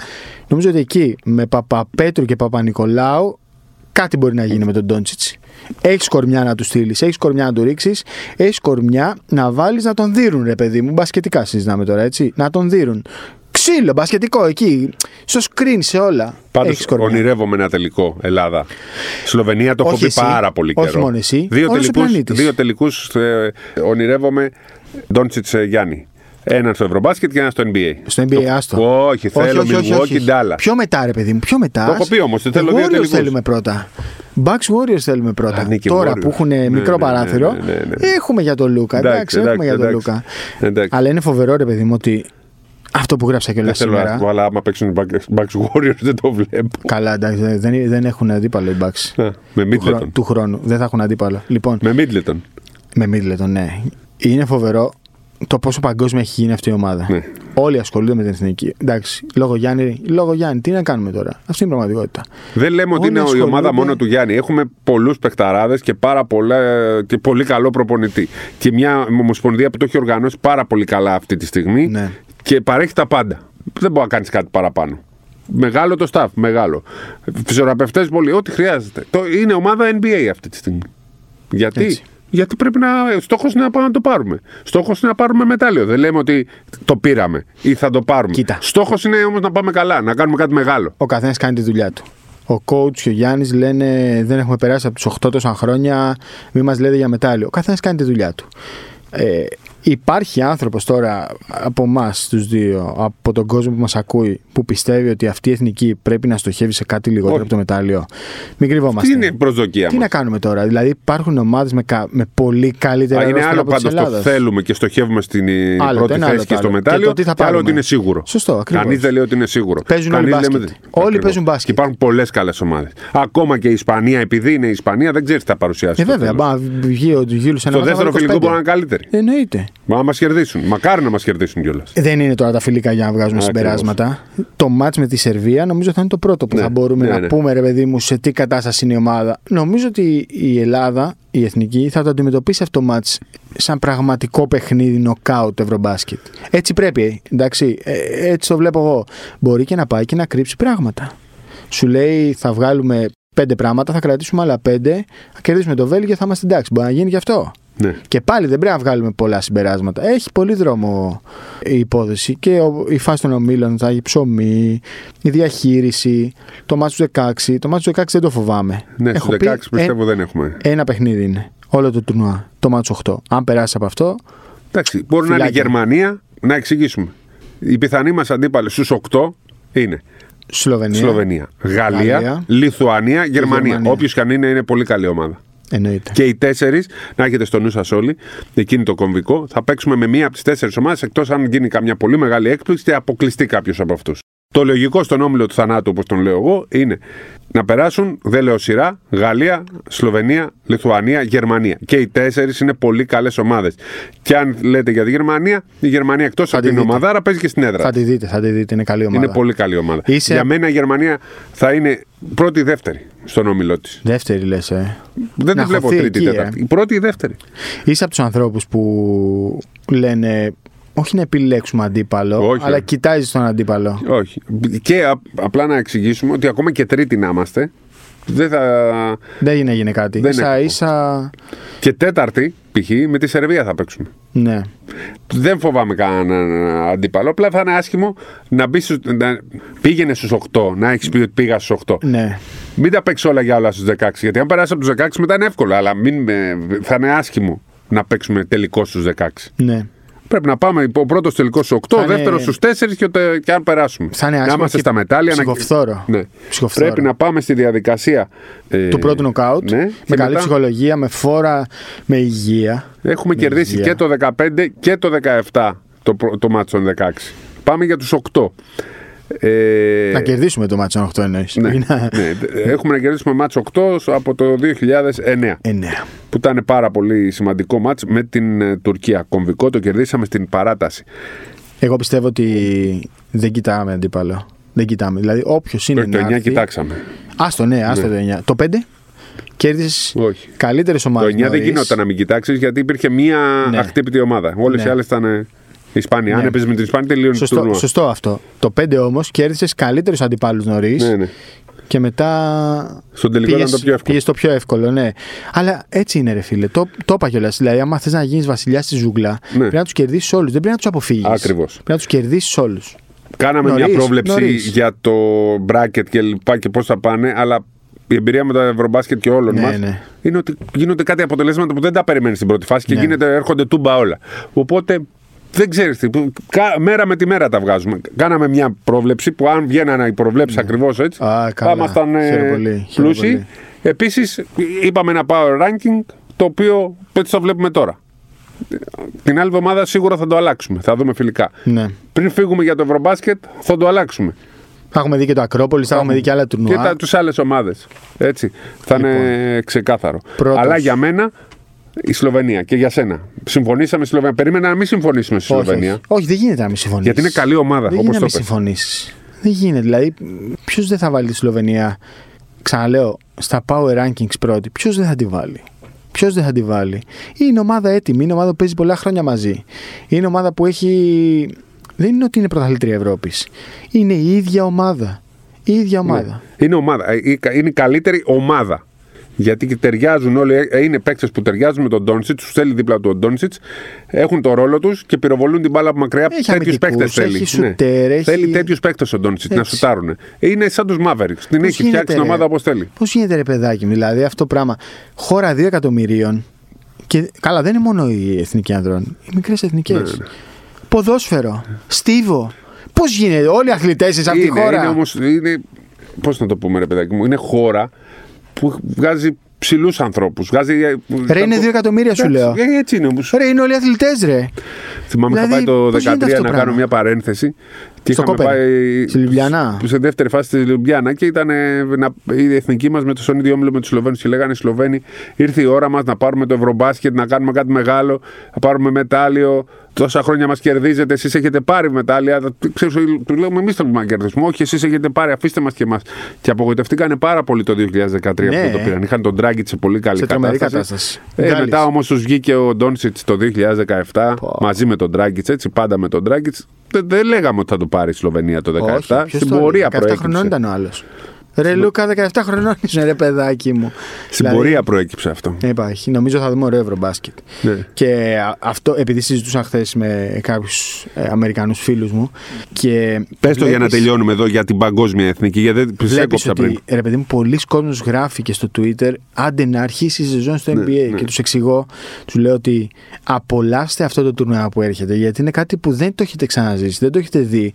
Speaker 1: Νομίζω ότι εκεί με Παπαπέτρου και Παπα-Νικολάου κάτι μπορεί να γίνει με τον Ντόντσιτ. Έχεις κορμιά να του στείλεις, έχεις κορμιά να του ρίξεις, έχεις κορμιά να βάλεις να τον δίνουν, ρε παιδί μου. Μπασκετικά συζητάμε τώρα, έτσι. Να τον δίνουν. Ξύλο, μπασκετικό εκεί. Στο screen σε όλα.
Speaker 2: Πάντως
Speaker 1: Έχεις κορμιά.
Speaker 2: ονειρεύομαι ένα τελικό Ελλάδα. Σλοβενία το έχω
Speaker 1: Όχι
Speaker 2: πει
Speaker 1: εσύ.
Speaker 2: πάρα πολύ
Speaker 1: Όχι
Speaker 2: καιρό.
Speaker 1: μόνο εσύ.
Speaker 2: Δύο
Speaker 1: Όλος ο
Speaker 2: τελικούς
Speaker 1: πλανήτης.
Speaker 2: δύο τελικούς, ε, ονειρεύομαι Ντόντσιτ Γιάννη. Έναν στο Ευρωμπάσκετ και έναν στο NBA.
Speaker 1: Στο NBA, άστο.
Speaker 2: Όχι, θέλω Milwaukee Dallas.
Speaker 1: Πιο μετά, ρε παιδί μου, πιο μετά.
Speaker 2: Το έχω πει όμως, ότι θέλω
Speaker 1: Warriors
Speaker 2: δύο τελικούς.
Speaker 1: θέλουμε πρώτα. Bucks Warriors θέλουμε πρώτα.
Speaker 2: Α, νίκη
Speaker 1: Τώρα
Speaker 2: Warriors.
Speaker 1: που έχουν
Speaker 2: Ναι,
Speaker 1: μικρό
Speaker 2: ναι, ναι,
Speaker 1: παράθυρο,
Speaker 2: ναι, ναι, ναι.
Speaker 1: έχουμε για τον Λούκα. Εντάξει, έχουμε για τον Λούκα.
Speaker 2: Εντάξει.
Speaker 1: Αλλά είναι φοβερό, ρε παιδί μου, ότι αυτό που γράψα κιόλας
Speaker 2: δεν θέλω να
Speaker 1: σήμερα.
Speaker 2: πω, αλλά άμα παίξουν Bucks- Bucks Warriors δεν το βλέπω.
Speaker 1: Καλά, εντάξει, δεν- δεν, δεν έχουν αντίπαλο οι Bucks.
Speaker 2: Ναι, με
Speaker 1: Του χρον-
Speaker 2: Middleton.
Speaker 1: Του χρόνου. Δεν θα έχουν αντίπαλο. Λοιπόν,
Speaker 2: Με Middleton.
Speaker 1: Με Middleton, ναι. Είναι φοβερό το πόσο παγκόσμια έχει γίνει αυτή η ομάδα.
Speaker 2: Ναι.
Speaker 1: Όλοι ασχολούνται με την εθνική. Εντάξει, λόγω Γιάννη, λόγω Γιάννη, τι να κάνουμε τώρα. Αυτή είναι η πραγματικότητα.
Speaker 2: Δεν λέμε ότι
Speaker 1: Όλοι
Speaker 2: είναι η ομάδα
Speaker 1: ασχολούνται-
Speaker 2: μόνο του Γιάννη. Έχουμε πολλούς παιχταράδες και, πάρα πολλά, και πολύ καλό προπονητή. Και μια ομοσπονδία που το έχει οργανώσει πάρα πολύ καλά αυτή τη στιγμή
Speaker 1: Ναι.
Speaker 2: και παρέχει τα πάντα. Δεν μπορεί να κάνεις κάτι παραπάνω. Μεγάλο το staff, μεγάλο. Φυσιογραφευτέ πολύ, ό,τι χρειάζεται. Το, είναι ομάδα NBA αυτή τη στιγμή. Γιατί,
Speaker 1: Έτσι.
Speaker 2: γιατί πρέπει να. Στόχος είναι να πάμε να το πάρουμε. Στόχος είναι να πάρουμε μετάλλιο. Δεν λέμε ότι το πήραμε ή θα το πάρουμε.
Speaker 1: Κοίτα.
Speaker 2: Στόχος είναι όμως να πάμε καλά, να κάνουμε κάτι μεγάλο.
Speaker 1: Ο καθένας κάνει τη δουλειά του. ο coach και ο Γιάννης λένε δεν έχουμε περάσει από τους 8 τόσα χρόνια, μην μας λέτε για μετάλλιο. Ο καθένας κάνει τη δουλειά του. Ε, υπάρχει άνθρωπος τώρα από εμάς τους δύο, από τον κόσμο που μας ακούει, που πιστεύει ότι αυτή η εθνική πρέπει να στοχεύει σε κάτι λιγότερο
Speaker 2: Όχι.
Speaker 1: από το μετάλλιο. Μην κρυβόμαστε.
Speaker 2: Τι είναι η προσδοκία
Speaker 1: Τι
Speaker 2: μας.
Speaker 1: να κάνουμε τώρα, δηλαδή υπάρχουν ομάδες με, κα- με πολύ καλύτερα
Speaker 2: Είναι
Speaker 1: ρόστερ
Speaker 2: άλλο
Speaker 1: από τις
Speaker 2: πάντως το
Speaker 1: Ελλάδας.
Speaker 2: θέλουμε και στοχεύουμε στην ε,
Speaker 1: Άλλο το
Speaker 2: πρώτη
Speaker 1: ένα,
Speaker 2: θέση
Speaker 1: άλλο το
Speaker 2: και στο
Speaker 1: άλλο.
Speaker 2: μετάλλιο.
Speaker 1: Και το τι θα
Speaker 2: άλλο
Speaker 1: πάρουμε.
Speaker 2: ότι είναι σίγουρο.
Speaker 1: Σωστό, ακριβώς.
Speaker 2: Κανείς δεν λέει ότι είναι σίγουρο.
Speaker 1: Παίζουν όλοι
Speaker 2: Κανείς
Speaker 1: μπάσκετ.
Speaker 2: λέμε-
Speaker 1: Όλοι
Speaker 2: Ακριβώς.
Speaker 1: παίζουν μπάσκετ.
Speaker 2: Και υπάρχουν πολλές καλές ομάδες. Ακόμα και η Ισπανία, επειδή είναι η Ισπανία, δεν ξέρεις τι θα παρουσιάσει.
Speaker 1: Ε,
Speaker 2: στο
Speaker 1: βέβαια,
Speaker 2: τέλος.
Speaker 1: μπα, βγει ο Γιούλης ένα
Speaker 2: Στο
Speaker 1: μάτς,
Speaker 2: δεύτερο
Speaker 1: βάλει
Speaker 2: φιλικό
Speaker 1: 25.
Speaker 2: μπορεί να είναι καλύτερη.
Speaker 1: Εννοείται.
Speaker 2: Μα να μας κερδίσουν. Μακάρι να μας κερδίσουν κιόλας.
Speaker 1: Δεν είναι τώρα τα φιλικά για να βγάζουμε
Speaker 2: Ακριβώς.
Speaker 1: συμπεράσματα. Το μάτς με τη Σερβία νομίζω θα είναι το πρώτο που
Speaker 2: Ναι,
Speaker 1: θα μπορούμε
Speaker 2: ναι,
Speaker 1: να
Speaker 2: ναι.
Speaker 1: πούμε ρε παιδί μου σε τι κατάσταση είναι η ομάδα. Νομίζω ότι η Ελλάδα, η εθνική, θα το αντιμετωπίσει αυτό το μάτς σαν πραγματικό παιχνίδι νοκάουτ ευρωμπάσκετ. Έτσι πρέπει, ε, εντάξει, ε, έτσι το βλέπω εγώ. Μπορεί και να πάει και να κρύψει πράγματα. Σου λέει θα βγάλουμε πέντε πράγματα, θα κρατήσουμε άλλα πέντε, θα κερδίσουμε το Βέλγιο, θα είμαστε εντάξει. Μπορεί να γίνει και αυτό.
Speaker 2: Ναι.
Speaker 1: Και πάλι δεν πρέπει να βγάλουμε πολλά συμπεράσματα. Έχει πολύ δρόμο η υπόθεση και ο- η φάση των ομίλων, θα έχει ψωμί, η διαχείριση, το μάτσο του 16. Το μάτσο του 16 δεν το φοβάμαι.
Speaker 2: Ναι, στου 16
Speaker 1: πει,
Speaker 2: πιστεύω δεν έχουμε.
Speaker 1: ε, ένα παιχνίδι είναι. Όλο το τουρνουά. Το μάτσο 8. Αν περάσει από αυτό,
Speaker 2: Εντάξει, μπορεί να είναι η
Speaker 1: φυλάκια.
Speaker 2: Γερμανία, να εξηγήσουμε. Η πιθανή μα αντίπαλη στου 8 είναι
Speaker 1: Σλοβενία.
Speaker 2: Σλοβενία, Γαλλία,
Speaker 1: Ναι. Γαλλία,
Speaker 2: Λιθουανία, Γερμανία.
Speaker 1: Γερμανία.
Speaker 2: Όποιος και αν είναι, είναι πολύ καλή ομάδα.
Speaker 1: Εννοείται.
Speaker 2: Και οι τέσσερις, να έχετε στο νου σας όλοι, εκείνη το κομβικό, θα παίξουμε με μία από τις τέσσερις ομάδες, εκτός αν γίνει καμιά πολύ μεγάλη έκπληξη και αποκλειστεί κάποιος από αυτούς. Το λογικό στον όμιλο του θανάτου, όπως τον λέω εγώ, είναι να περάσουν, δεν λέω σειρά, Γαλλία, Σλοβενία, Λιθουανία, Γερμανία. Και οι τέσσερις είναι πολύ καλές ομάδες. Και αν λέτε για τη Γερμανία, η Γερμανία εκτός από
Speaker 1: τη
Speaker 2: την
Speaker 1: δείτε.
Speaker 2: ομαδάρα παίζει και στην έδρα.
Speaker 1: Θα τη δείτε, θα τη δείτε. Είναι καλή ομάδα.
Speaker 2: Είναι πολύ καλή ομάδα.
Speaker 1: Είσαι-
Speaker 2: Για μένα η Γερμανία θα είναι πρώτη-δεύτερη στον όμιλο της.
Speaker 1: Δεύτερη λες, ε.
Speaker 2: Δεν
Speaker 1: Να
Speaker 2: τη βλέπω
Speaker 1: χωθεί εκεί,
Speaker 2: τρίτη-τέταρτη.
Speaker 1: ε.
Speaker 2: Η πρώτη-δεύτερη.
Speaker 1: Είσαι από τους ανθρώπους που λένε όχι να επιλέξουμε αντίπαλο,
Speaker 2: Όχι.
Speaker 1: αλλά κοιτάζεις τον αντίπαλο.
Speaker 2: Όχι. Και απ- απλά να εξηγήσουμε ότι ακόμα και τρίτη να είμαστε, δεν θα.
Speaker 1: Δεν έγινε κάτι.
Speaker 2: Δεν
Speaker 1: ίσα
Speaker 2: έκοπο.
Speaker 1: ίσα.
Speaker 2: και τέταρτη, π.χ., με τη Σερβία θα παίξουμε.
Speaker 1: Ναι.
Speaker 2: Δεν φοβάμαι κανέναν αντίπαλο. Απλά θα είναι άσχημο να, μπεις στους- να πήγαινε στους 8, να έχεις πει ότι πήγα στους 8.
Speaker 1: Ναι.
Speaker 2: Μην τα παίξεις όλα για όλα στους 16. Γιατί αν περάσει από τους 16 μετά είναι εύκολο. Αλλά μην, με- θα είναι άσχημο να παίξουμε τελικό στους 16.
Speaker 1: Ναι.
Speaker 2: Πρέπει να πάμε ο πρώτος τελικός στου 8,
Speaker 1: Θα
Speaker 2: ο
Speaker 1: είναι-
Speaker 2: δεύτερο στου 4 και, οτε- και αν περάσουμε.
Speaker 1: Θα είναι
Speaker 2: να
Speaker 1: άσχημο
Speaker 2: είμαστε
Speaker 1: ε, και
Speaker 2: στα μετάλλια. να-
Speaker 1: ψυχοφθόρο.
Speaker 2: Ναι.
Speaker 1: Ψυχοφθόρο.
Speaker 2: Πρέπει να πάμε στη διαδικασία. ε,
Speaker 1: Του πρώτου νοκάουτ.
Speaker 2: ναι,
Speaker 1: με
Speaker 2: και
Speaker 1: καλή
Speaker 2: μετά
Speaker 1: ψυχολογία, με φόρα, με υγεία.
Speaker 2: Έχουμε κερδίσει
Speaker 1: υγεία.
Speaker 2: και το 15 και το 17 το, πρω- το μάτσο των 16. Πάμε για τους 8. Ε,
Speaker 1: Να κερδίσουμε το μάτσο 8 εννοείς.
Speaker 2: ναι, ναι. Έχουμε να κερδίσουμε μάτσο 8 από το 2009.
Speaker 1: ε, ναι.
Speaker 2: που ήταν πάρα πολύ σημαντικό μάτς με την ε, Τουρκία. Κομβικό το κερδίσαμε στην παράταση.
Speaker 1: Εγώ πιστεύω ότι δεν κοιτάμε αντίπαλο. Δεν κοιτάμε. Δηλαδή, όποιος είναι.
Speaker 2: Όχι, το
Speaker 1: να
Speaker 2: 9
Speaker 1: έρθει-
Speaker 2: κοιτάξαμε.
Speaker 1: Άστο, ναι, άστο το 9. Το 5 κέρδισες
Speaker 2: Όχι.
Speaker 1: καλύτερες
Speaker 2: Το
Speaker 1: ομάδες.
Speaker 2: 9 δεν γινόταν να μην κοιτάξεις γιατί υπήρχε μία
Speaker 1: Ναι.
Speaker 2: αχτύπητη ομάδα. Όλες
Speaker 1: Ναι.
Speaker 2: οι άλλες ήταν ε, Ισπανία. Αν
Speaker 1: Ναι.
Speaker 2: έπαιζες με την Ισπανία, τελείωνε το
Speaker 1: Σωστό,
Speaker 2: τουρνουά.
Speaker 1: σωστό αυτό. Το 5 όμως κέρδισες καλύτερους αντιπάλους νωρίς.
Speaker 2: Ναι, ναι.
Speaker 1: Και μετά.
Speaker 2: Στον τελικό
Speaker 1: πήγες-
Speaker 2: ήταν το πιο εύκολο.
Speaker 1: πήγες στο πιο εύκολο, ναι. Αλλά έτσι είναι, ρε φίλε. Το, το είπα κιόλας. Δηλαδή, άμα θες να γίνεις βασιλιάς στη ζούγκλα, πρέπει να τους κερδίσεις όλους. Δεν πρέπει να τους αποφύγεις.
Speaker 2: Ναι. Ακριβώς.
Speaker 1: Πρέπει να τους κερδίσεις όλους.
Speaker 2: Κάναμε
Speaker 1: Νωρίς,
Speaker 2: μια πρόβλεψη
Speaker 1: νωρίς.
Speaker 2: για το μπράκετ και λοιπά και πώς θα πάνε, αλλά η εμπειρία με το ευρωμπάσκετ και όλων
Speaker 1: Ναι,
Speaker 2: μας
Speaker 1: ναι.
Speaker 2: είναι ότι γίνονται κάτι αποτελέσματα που δεν τα περιμένεις στην πρώτη φάση και
Speaker 1: Ναι.
Speaker 2: γίνεται, έρχονται τούμπα όλα. Οπότε δεν ξέρεις τι. κα- Μέρα με τη μέρα τα βγάζουμε. Κάναμε μια πρόβλεψη που αν βγαίνανε οι προβλέψει ακριβώς έτσι,
Speaker 1: Ναι. Α, καλά.
Speaker 2: θα ήμασταν ε,
Speaker 1: Χαίρομαι πολύ, χαίρομαι
Speaker 2: πλούσιοι.
Speaker 1: πολύ.
Speaker 2: Επίσης, είπαμε ένα power ranking το οποίο έτσι το βλέπουμε τώρα. Την άλλη εβδομάδα σίγουρα θα το αλλάξουμε. Θα δούμε φιλικά.
Speaker 1: Ναι.
Speaker 2: Πριν φύγουμε για το Ευρωμπάσκετ, θα το αλλάξουμε.
Speaker 1: Θα έχουμε δει και το Ακρόπολης, θα έχουμε δει και άλλα τουρνουά.
Speaker 2: Και τα, τους άλλες ομάδες. Έτσι. Θα είναι ξεκάθαρο.
Speaker 1: Λοιπόν. Πρώτος.
Speaker 2: Αλλά για μένα, η Σλοβενία και για σένα. Συμφωνήσαμε στη Σλοβενία. Περίμενα να μην συμφωνήσουμε στη
Speaker 1: όχι,
Speaker 2: Σλοβενία.
Speaker 1: όχι. όχι, δεν γίνεται να μην συμφωνήσεις.
Speaker 2: Γιατί είναι καλή ομάδα,
Speaker 1: Δεν
Speaker 2: όπως
Speaker 1: γίνεται να
Speaker 2: το
Speaker 1: μην
Speaker 2: πες.
Speaker 1: συμφωνήσεις. Δεν γίνεται. Δηλαδή, ποιος δεν θα βάλει τη Σλοβενία, ξαναλέω, στα power rankings πρώτη, ποιος δεν θα τη βάλει. Ποιος δεν θα τη βάλει. Είναι ομάδα έτοιμη, είναι ομάδα που παίζει πολλά χρόνια μαζί. Είναι ομάδα που έχει. Δεν είναι ότι είναι πρωταθλήτρια Ευρώπης. Είναι
Speaker 2: Ναι.
Speaker 1: η ίδια ομάδα. Η ίδια ομάδα.
Speaker 2: Είναι ομάδα. Ε, η- Είναι η καλύτερη ομάδα. Γιατί και ταιριάζουν όλοι, ε, είναι παίκτες που ταιριάζουν με τον Ντόνσιτ, τους θέλει δίπλα του ο Ντόνσιτ, έχουν το ρόλο τους και πυροβολούν την μπάλα από μακριά.
Speaker 1: Έχει
Speaker 2: Τέτοιους
Speaker 1: αμυντικούς,
Speaker 2: παίκτες θέλει. ναι.
Speaker 1: έχει σουτέρ, έχει-
Speaker 2: Θέλει τέτοιους παίκτες ο Ντόνσιτ να
Speaker 1: Έτσι.
Speaker 2: σουτάρουν. Είναι σαν τους Mavericks. Την έχει φτιάξει την ομάδα όπως θέλει.
Speaker 1: Πώς γίνεται, ρε παιδάκι, μου, δηλαδή αυτό πράγμα. Χώρα 2 εκατομμυρίων. Και, καλά, δεν είναι μόνο οι εθνικοί ανδρών. Οι μικρές εθνικές.
Speaker 2: Ναι,
Speaker 1: Ποδόσφαιρο. Στίβο. Πώς γίνεται, όλοι οι αθλητές σε αυτή τη
Speaker 2: είναι,
Speaker 1: χώρα.
Speaker 2: Είναι όμως, είναι, πώς να το πούμε ρε παιδάκι μου, είναι χώρα που βγάζει ψηλούς ανθρώπους. Βγάζει, ε,
Speaker 1: Ρε, είναι δύο εκατομμύρια σου
Speaker 2: Εντάξει,
Speaker 1: λέω.
Speaker 2: ε, Έτσι είναι όμως.
Speaker 1: Ρε, είναι όλοι αθλητές, ρε.
Speaker 2: Θυμάμαι είχα
Speaker 1: δηλαδή,
Speaker 2: πάει το
Speaker 1: πώς
Speaker 2: 2013
Speaker 1: γίνεται
Speaker 2: να
Speaker 1: αυτό πράγμα?
Speaker 2: κάνω μια παρένθεση. Και
Speaker 1: Στο
Speaker 2: είχαμε
Speaker 1: Κόπερ,
Speaker 2: πάει
Speaker 1: στη Λιουμπλιανά.
Speaker 2: σε δεύτερη φάση στη Λιουμπιανά και ήταν ε, να- η εθνική μας με το Σόνι Διόμιλο με τους Σλοβαίνους και λέγανε Σλοβαίνοι, ήρθε η ώρα μας να πάρουμε το Ευρωμπάσκετ, να κάνουμε κάτι μεγάλο, να πάρουμε μετάλλιο. Τόσα χρόνια μας κερδίζετε, εσείς έχετε πάρει μετάλλια. Τα- Ξέρεις, του λέω, εμεί θέλουμε να κερδίσουμε. Όχι, εσείς έχετε πάρει, αφήστε μας και εμάς. Και απογοητευτήκανε πάρα πολύ το 2013
Speaker 1: Ναι.
Speaker 2: που το πήραν. Είχαν τον Τράγκητ σε πολύ καλή
Speaker 1: Σε τρομερή
Speaker 2: κατάσταση.
Speaker 1: κατάσταση.
Speaker 2: Ε,
Speaker 1: Γάλλης.
Speaker 2: μετά όμως τους βγήκε ο Ντόνσιτ το 2017
Speaker 1: Πω.
Speaker 2: μαζί με τον Τράγκητ, έτσι πάντα με τον Τράγκητ. Δεν, δεν λέγαμε ότι θα το πάρει η Σλοβενία το 2017.
Speaker 1: Όχι, ποιος
Speaker 2: Στην
Speaker 1: το έλεγε,
Speaker 2: πορεία
Speaker 1: 17 χρονών
Speaker 2: προέκυψε.
Speaker 1: ήταν ο άλλος. Ρε Λούκα, 17 χρονών είσαι, ρε παιδάκι μου.
Speaker 2: Στην
Speaker 1: Δηλαδή,
Speaker 2: πορεία προέκυψε αυτό.
Speaker 1: Ναι, Υπάρχει. Νομίζω θα δούμε ωραίο ευρωμπάσκετ.
Speaker 2: Ναι.
Speaker 1: Και α- αυτό, επειδή συζητούσα χθες με κάποιους ε, Αμερικανούς φίλους μου. Και
Speaker 2: Πες το για να
Speaker 1: βλέπεις-
Speaker 2: τελειώνουμε εδώ για την παγκόσμια εθνική, γιατί δεν σε
Speaker 1: Βλέπεις
Speaker 2: έκοψα
Speaker 1: ότι,
Speaker 2: πριν.
Speaker 1: ρε παιδί μου, πολλοί κόσμος γράφει και στο Twitter άντε να αρχίσει η σεζόν
Speaker 2: Ναι,
Speaker 1: στο NBA και τους εξηγώ, τους λέω ότι απολαύστε αυτό το τουρνουά που έρχεται γιατί είναι κάτι που δεν το έχετε ξαναζήσει, δεν το έχετε δει.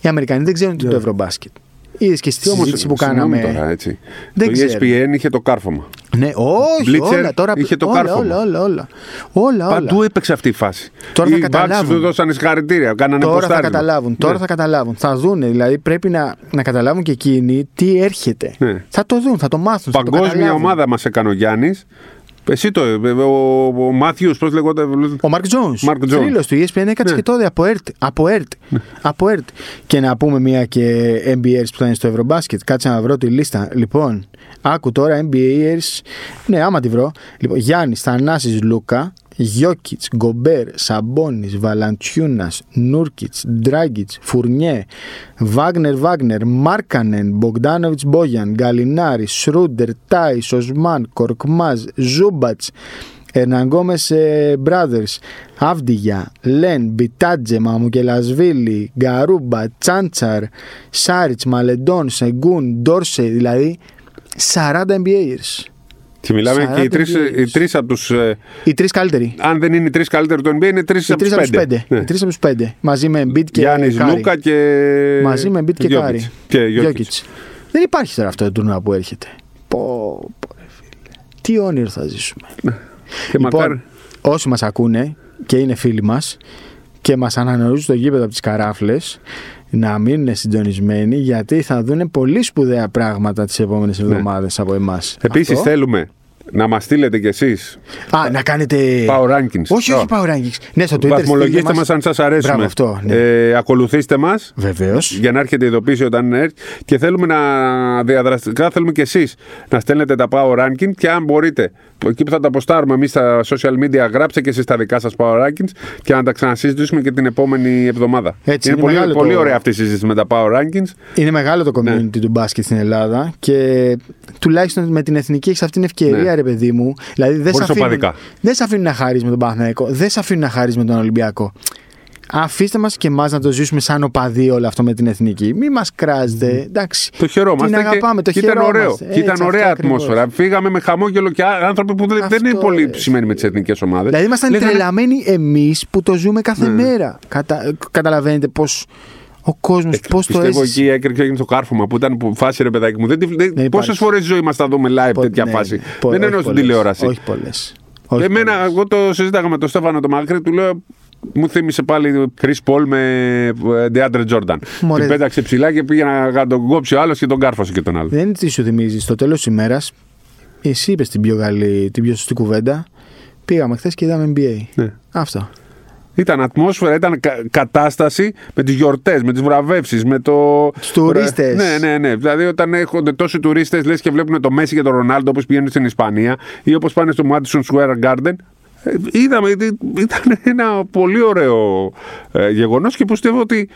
Speaker 1: Οι Αμερικανοί δεν ξέρουν τι είναι το Ευρωμπάσκετ. Είδες και στη
Speaker 2: Όμως,
Speaker 1: συζήτηση που
Speaker 2: Ναι. συγγνώμη
Speaker 1: κάναμε.
Speaker 2: Τώρα, έτσι.
Speaker 1: Δεν
Speaker 2: το E
Speaker 1: ξέρω.
Speaker 2: ESPN είχε το κάρφωμα.
Speaker 1: Ναι, όχι,
Speaker 2: Blitzer
Speaker 1: όλα τώρα.
Speaker 2: είχε το
Speaker 1: όλα,
Speaker 2: κάρφωμα.
Speaker 1: όλα, όλα, όλα, όλα, όλα.
Speaker 2: Παντού έπαιξε αυτή η φάση.
Speaker 1: Τώρα θα
Speaker 2: Οι Bucks
Speaker 1: καταλάβουν.
Speaker 2: του δώσανε συγχαρητήρια, κάνανε
Speaker 1: Τώρα θα
Speaker 2: ποστάρισμα.
Speaker 1: καταλάβουν, τώρα
Speaker 2: Ναι.
Speaker 1: θα καταλάβουν. Θα δούνε, δηλαδή πρέπει να, να καταλάβουν και εκείνοι τι έρχεται.
Speaker 2: Ναι.
Speaker 1: Θα το δουν, θα το μάθουν. θα το
Speaker 2: Παγκόσμια
Speaker 1: καταλάβουν.
Speaker 2: ομάδα μας έκανε ο Γιάννης. Εσύ το. ε, Ο, ο Μάθιου, πώ λεγόταν.
Speaker 1: Ο Μαρκ Τζόουν.
Speaker 2: Mark Jones. Ναι.
Speaker 1: του E ESPN έκατσε και τότε από ΕΡΤ. Από ΕΡΤ. από ΕΡΤ. Και να πούμε μία και NBAers που θα είναι στο Ευρωμπάσκετ. Κάτσε να βρω τη λίστα. Λοιπόν, άκου τώρα NBAers. Ναι, άμα τη βρω. Λοιπόν, Γιάννης Θανάσης Λούκα. Γιώκητ, Γκομπέρ, Σαμπόνι, Βαλαντσιούνα, Νούρκιτ, Ντράγκιτ, Φουρνιέ, Βάγνερ Βάγνερ, Μάρκανεν, Μπογκδάνοβιτ Μπόγιαν, Γκαλινάρη, Σρούντερ, Τάις, Οσμάν, Κορκμάζ, Ζούμπατ, Ερναγκόμες Brothers, Αύδιγια, Λεν, Μπιτάτζε, Μαμουκελασβίλη, Γκαρούμπα, Τσάντσαρ, Σάριτ, Μαλεντόν, Σεγκούν, Ντόρσεϊ, δηλαδή 40 NBAers.
Speaker 2: Και μιλάμε και οι
Speaker 1: 40 NBA.
Speaker 2: τρεις από τους.
Speaker 1: Οι τρεις καλύτεροι.
Speaker 2: αν δεν είναι οι τρεις καλύτεροι του NBA, είναι τρεις
Speaker 1: Οι
Speaker 2: από
Speaker 1: τρεις
Speaker 2: τους
Speaker 1: από τους
Speaker 2: πέντε.
Speaker 1: πέντε. Οι τρεις από τους πέντε. Μαζί με Embiid και
Speaker 2: Γιάννης,
Speaker 1: Curry.
Speaker 2: Λούκα και.
Speaker 1: Μαζί με Embiid και
Speaker 2: Jokic.
Speaker 1: Κάρι.
Speaker 2: Και Jokic.
Speaker 1: Δεν υπάρχει τώρα αυτό το τουρνουά που έρχεται. Πω, πω, ρε φίλε. Τι όνειρο θα ζήσουμε.
Speaker 2: Και μακάρι.
Speaker 1: Λοιπόν, όσοι μας ακούνε και είναι φίλοι μας και μας αναγνωρίζουν το γήπεδο από τις καράφλες να μείνουν συντονισμένοι γιατί θα δούνε πολύ σπουδαία πράγματα τις
Speaker 2: Ναι.
Speaker 1: επόμενες εβδομάδες από εμάς.
Speaker 2: Επίσης
Speaker 1: Αυτό.
Speaker 2: θέλουμε να μας στείλετε κι εσείς
Speaker 1: Α, να κάνετε...
Speaker 2: power rankings.
Speaker 1: Όχι, όχι
Speaker 2: Ω.
Speaker 1: power rankings. Ναι, στο Twitter
Speaker 2: Βαθμολογήστε
Speaker 1: στείλτε
Speaker 2: μα αν σας αρέσουμε.
Speaker 1: Μπράβο, αυτό, ναι.
Speaker 2: ε, ακολουθήστε μας.
Speaker 1: Βεβαίως.
Speaker 2: για να έρχεται η ειδοποίηση όταν έρθει. Και θέλουμε να διαδραστικά, θέλουμε και εσείς να στέλνετε τα power ranking και αν μπορείτε, εκεί που θα τα αποστάρουμε εμείς στα social media, γράψτε και εσείς τα δικά σας power rankings και να τα ξανασυζητήσουμε και την επόμενη εβδομάδα.
Speaker 1: Έτσι, είναι
Speaker 2: πολύ,
Speaker 1: μεγάλο
Speaker 2: πολύ
Speaker 1: το-
Speaker 2: ωραία αυτή η συζήτηση με τα power rankings.
Speaker 1: Είναι μεγάλο το
Speaker 2: Ναι.
Speaker 1: community του μπάσκετ στην Ελλάδα και τουλάχιστον με την εθνική έχεις αυτή την ευκαιρία,
Speaker 2: Ναι.
Speaker 1: ρε παιδί μου. Δηλαδή δεν σε
Speaker 2: Χωρίς
Speaker 1: αφήνουν,
Speaker 2: οπαδικά.
Speaker 1: δεν σε αφήνουν να χαρεί με τον Παναθηναϊκό, δεν σε αφήνουν να χαρεί με τον Ολυμπιακό. Αφήστε μας και εμάς να το ζήσουμε σαν οπαδί όλο αυτό με την εθνική. Μη μας κράζετε. Εντάξει.
Speaker 2: Το χαιρόμαστε.
Speaker 1: Την αγαπάμε, το
Speaker 2: και ήταν
Speaker 1: χαιρόμαστε.
Speaker 2: ωραίο.
Speaker 1: Έτσι,
Speaker 2: και ήταν
Speaker 1: αυτό
Speaker 2: ωραία
Speaker 1: ακριβώς.
Speaker 2: ατμόσφαιρα. Φύγαμε με χαμόγελο και ά- άνθρωποι που δεν, δεν
Speaker 1: Αυτό,
Speaker 2: είναι πολύ
Speaker 1: ρε.
Speaker 2: ψημένοι με τις εθνικές ομάδες.
Speaker 1: Δηλαδή ήμασταν τρελαμένοι εμείς που το ζούμε κάθε
Speaker 2: Ναι.
Speaker 1: μέρα. Κατα... Καταλαβαίνετε πώς ο κόσμος, πώς το
Speaker 2: Πιστεύω
Speaker 1: έζησε.
Speaker 2: εκεί η έκρηξη έγινε στο κάρφωμα που ήταν που- φάση ρε παιδάκι μου. Δεν,
Speaker 1: Ναι, υπάρχει.
Speaker 2: Πόσες φορές ζωή μας θα δούμε live
Speaker 1: Πο-
Speaker 2: τέτοια
Speaker 1: ναι,
Speaker 2: φάση.
Speaker 1: ναι. Πο-
Speaker 2: δεν
Speaker 1: όχι
Speaker 2: εννοώ στην
Speaker 1: πολλές.
Speaker 2: τηλεόραση.
Speaker 1: Όχι πολλές. Όχι
Speaker 2: Εμένα,
Speaker 1: πολλές.
Speaker 2: εγώ το συζήταγα με τον Στέφανο το Μακρύ, του λέω. Μου θύμισε πάλι Chris Paul με ε, Deandre Jordan.
Speaker 1: Μωρέ.
Speaker 2: Την πέταξε ψηλά και πήγε να τον κόψει ο άλλος και τον κάρφωσε και τον άλλο.
Speaker 1: Δεν είναι τι σου θυμίζει. Στο τέλος της ημέρας, εσύ είπες την πιο καλή, την πιο σωστή κουβέντα. Πήγαμε χθες και είδαμε NBA.
Speaker 2: Ναι.
Speaker 1: Αυτό.
Speaker 2: Ήταν ατμόσφαιρα, ήταν κα- κατάσταση με τις γιορτές, με τις βραβεύσεις, με το.
Speaker 1: Τους τουρίστες.
Speaker 2: Ναι, ναι, ναι. Δηλαδή, όταν έρχονται τόσοι τουρίστες, λες και βλέπουν το Μέση και τον Ρονάλντο όπως πηγαίνουν στην Ισπανία ή όπως πάνε στο Madison Square Garden. Ε, Είδαμε, ότι ήταν ένα πολύ ωραίο ε, γεγονός και πιστεύω ότι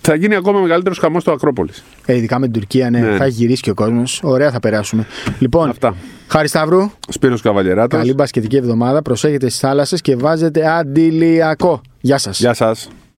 Speaker 2: θα γίνει ακόμα μεγαλύτερος χαμός στο Ακρόπολης.
Speaker 1: Ε, ειδικά με την Τουρκία, ναι,
Speaker 2: Ναι.
Speaker 1: θα έχει γυρίσει και ο κόσμος. Ωραία θα περάσουμε. Λοιπόν,
Speaker 2: Αυτά.
Speaker 1: Χάρη Σταύρου,
Speaker 2: Σπύρος Καβαλιεράτος.
Speaker 1: καλή μπασκετική εβδομάδα. Προσέχετε στις θάλασσες και βάζετε αντιλιακό. Γεια σας.
Speaker 2: Γεια σας.